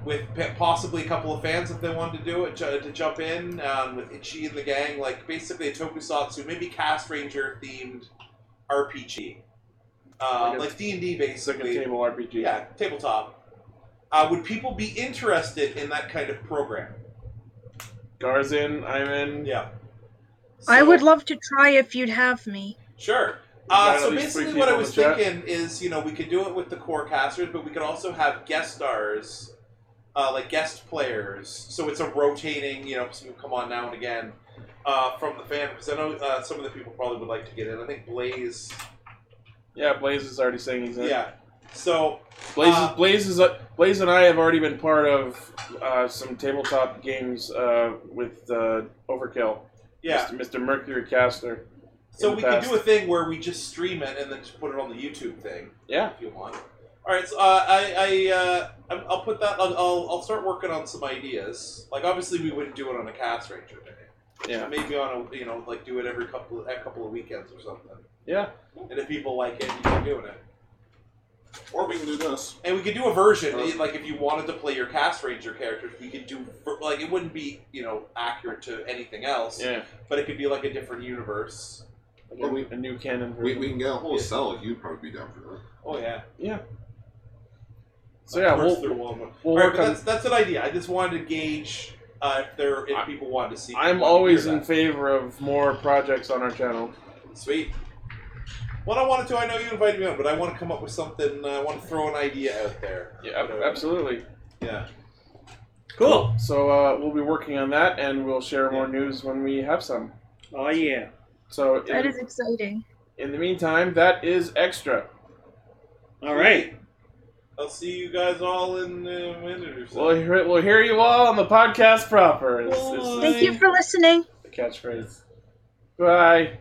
S5: with p- possibly a couple of fans if they wanted to do it ju- to jump in um, with Ichi and the gang, like basically a tokusatsu, maybe Cast Ranger themed RPG, uh,
S3: Like a-
S5: like D and D
S3: Second
S5: basically.
S3: table RPG.
S5: Yeah, tabletop. Uh, would people be interested in that kind of program?
S3: Gar's in, I'm in.
S5: Yeah.
S2: I
S5: So-
S2: would love to try if you'd have me.
S5: Sure.
S3: We've got
S5: Uh,
S3: at
S5: so
S3: least three
S5: basically, what I
S3: people
S5: was
S3: in the chat.
S5: thinking is, you know, we could do it with the core casters, but we could also have guest stars, uh, like guest players. So it's a rotating, you know, some people come on now and again uh, from the fan. Because I know uh, some of the people probably would like to get in. I think Blaze.
S3: Yeah, Blaze is already saying he's in.
S5: Yeah. So
S3: Blaze,
S5: Uh,
S3: Blaze is uh, Blaze and I have already been part of uh, some tabletop games uh, with uh, Overkill.
S5: yeah.
S3: Mr. Mr. Mercury Caster.
S5: So
S3: in the
S5: we
S3: past.
S5: could do a thing where we just stream it and then just put it on the YouTube thing.
S3: Yeah.
S5: If you want. All right. So uh, I I uh, I'm- I'll put that. I'll, I'll I'll start working on some ideas. Like obviously we wouldn't do it on a Cast Ranger day.
S3: Yeah.
S5: Maybe on a you know like do it every couple a couple of weekends or something.
S3: Yeah.
S5: And if people like it, you keep doing it.
S6: Or we can do this.
S5: And we could do a version, eh, like if you wanted to play your Cast Ranger characters, we could do ver- like it wouldn't be you know accurate to anything else,
S3: Yeah.
S5: but it could be like a different universe.
S3: Like a, a new canon.
S6: We, we
S3: version.
S6: can get a whole cell. You'd probably be down for that.
S5: Oh yeah,
S3: so yeah,
S5: Like,
S3: we'll,
S5: burst through all of them.
S3: we'll
S5: All right,
S3: work
S5: but
S3: on.
S5: that's that's an idea. I just wanted to gauge uh, if there if people wanted to see.
S3: I'm
S5: wanted to
S3: always
S5: hear
S3: in favor of more projects on our channel.
S5: that. sweet. Well, I wanted to. I know you invited me on, but I want to come up with something. uh, I want to throw an idea out there.
S3: Yeah, ab-
S5: Whatever.
S3: absolutely.
S5: Yeah.
S4: Cool.
S3: So uh, we'll be working on that, and we'll share more news when we have some.
S4: Oh yeah.
S3: So
S2: That
S3: in,
S2: is exciting.
S3: in the meantime, that is extra.
S4: All right.
S5: I'll see you guys all in uh, a minute or so.
S3: We'll hear, we'll hear you all on the podcast proper. Is, is
S2: Thank you for listening.
S3: the catchphrase. Bye.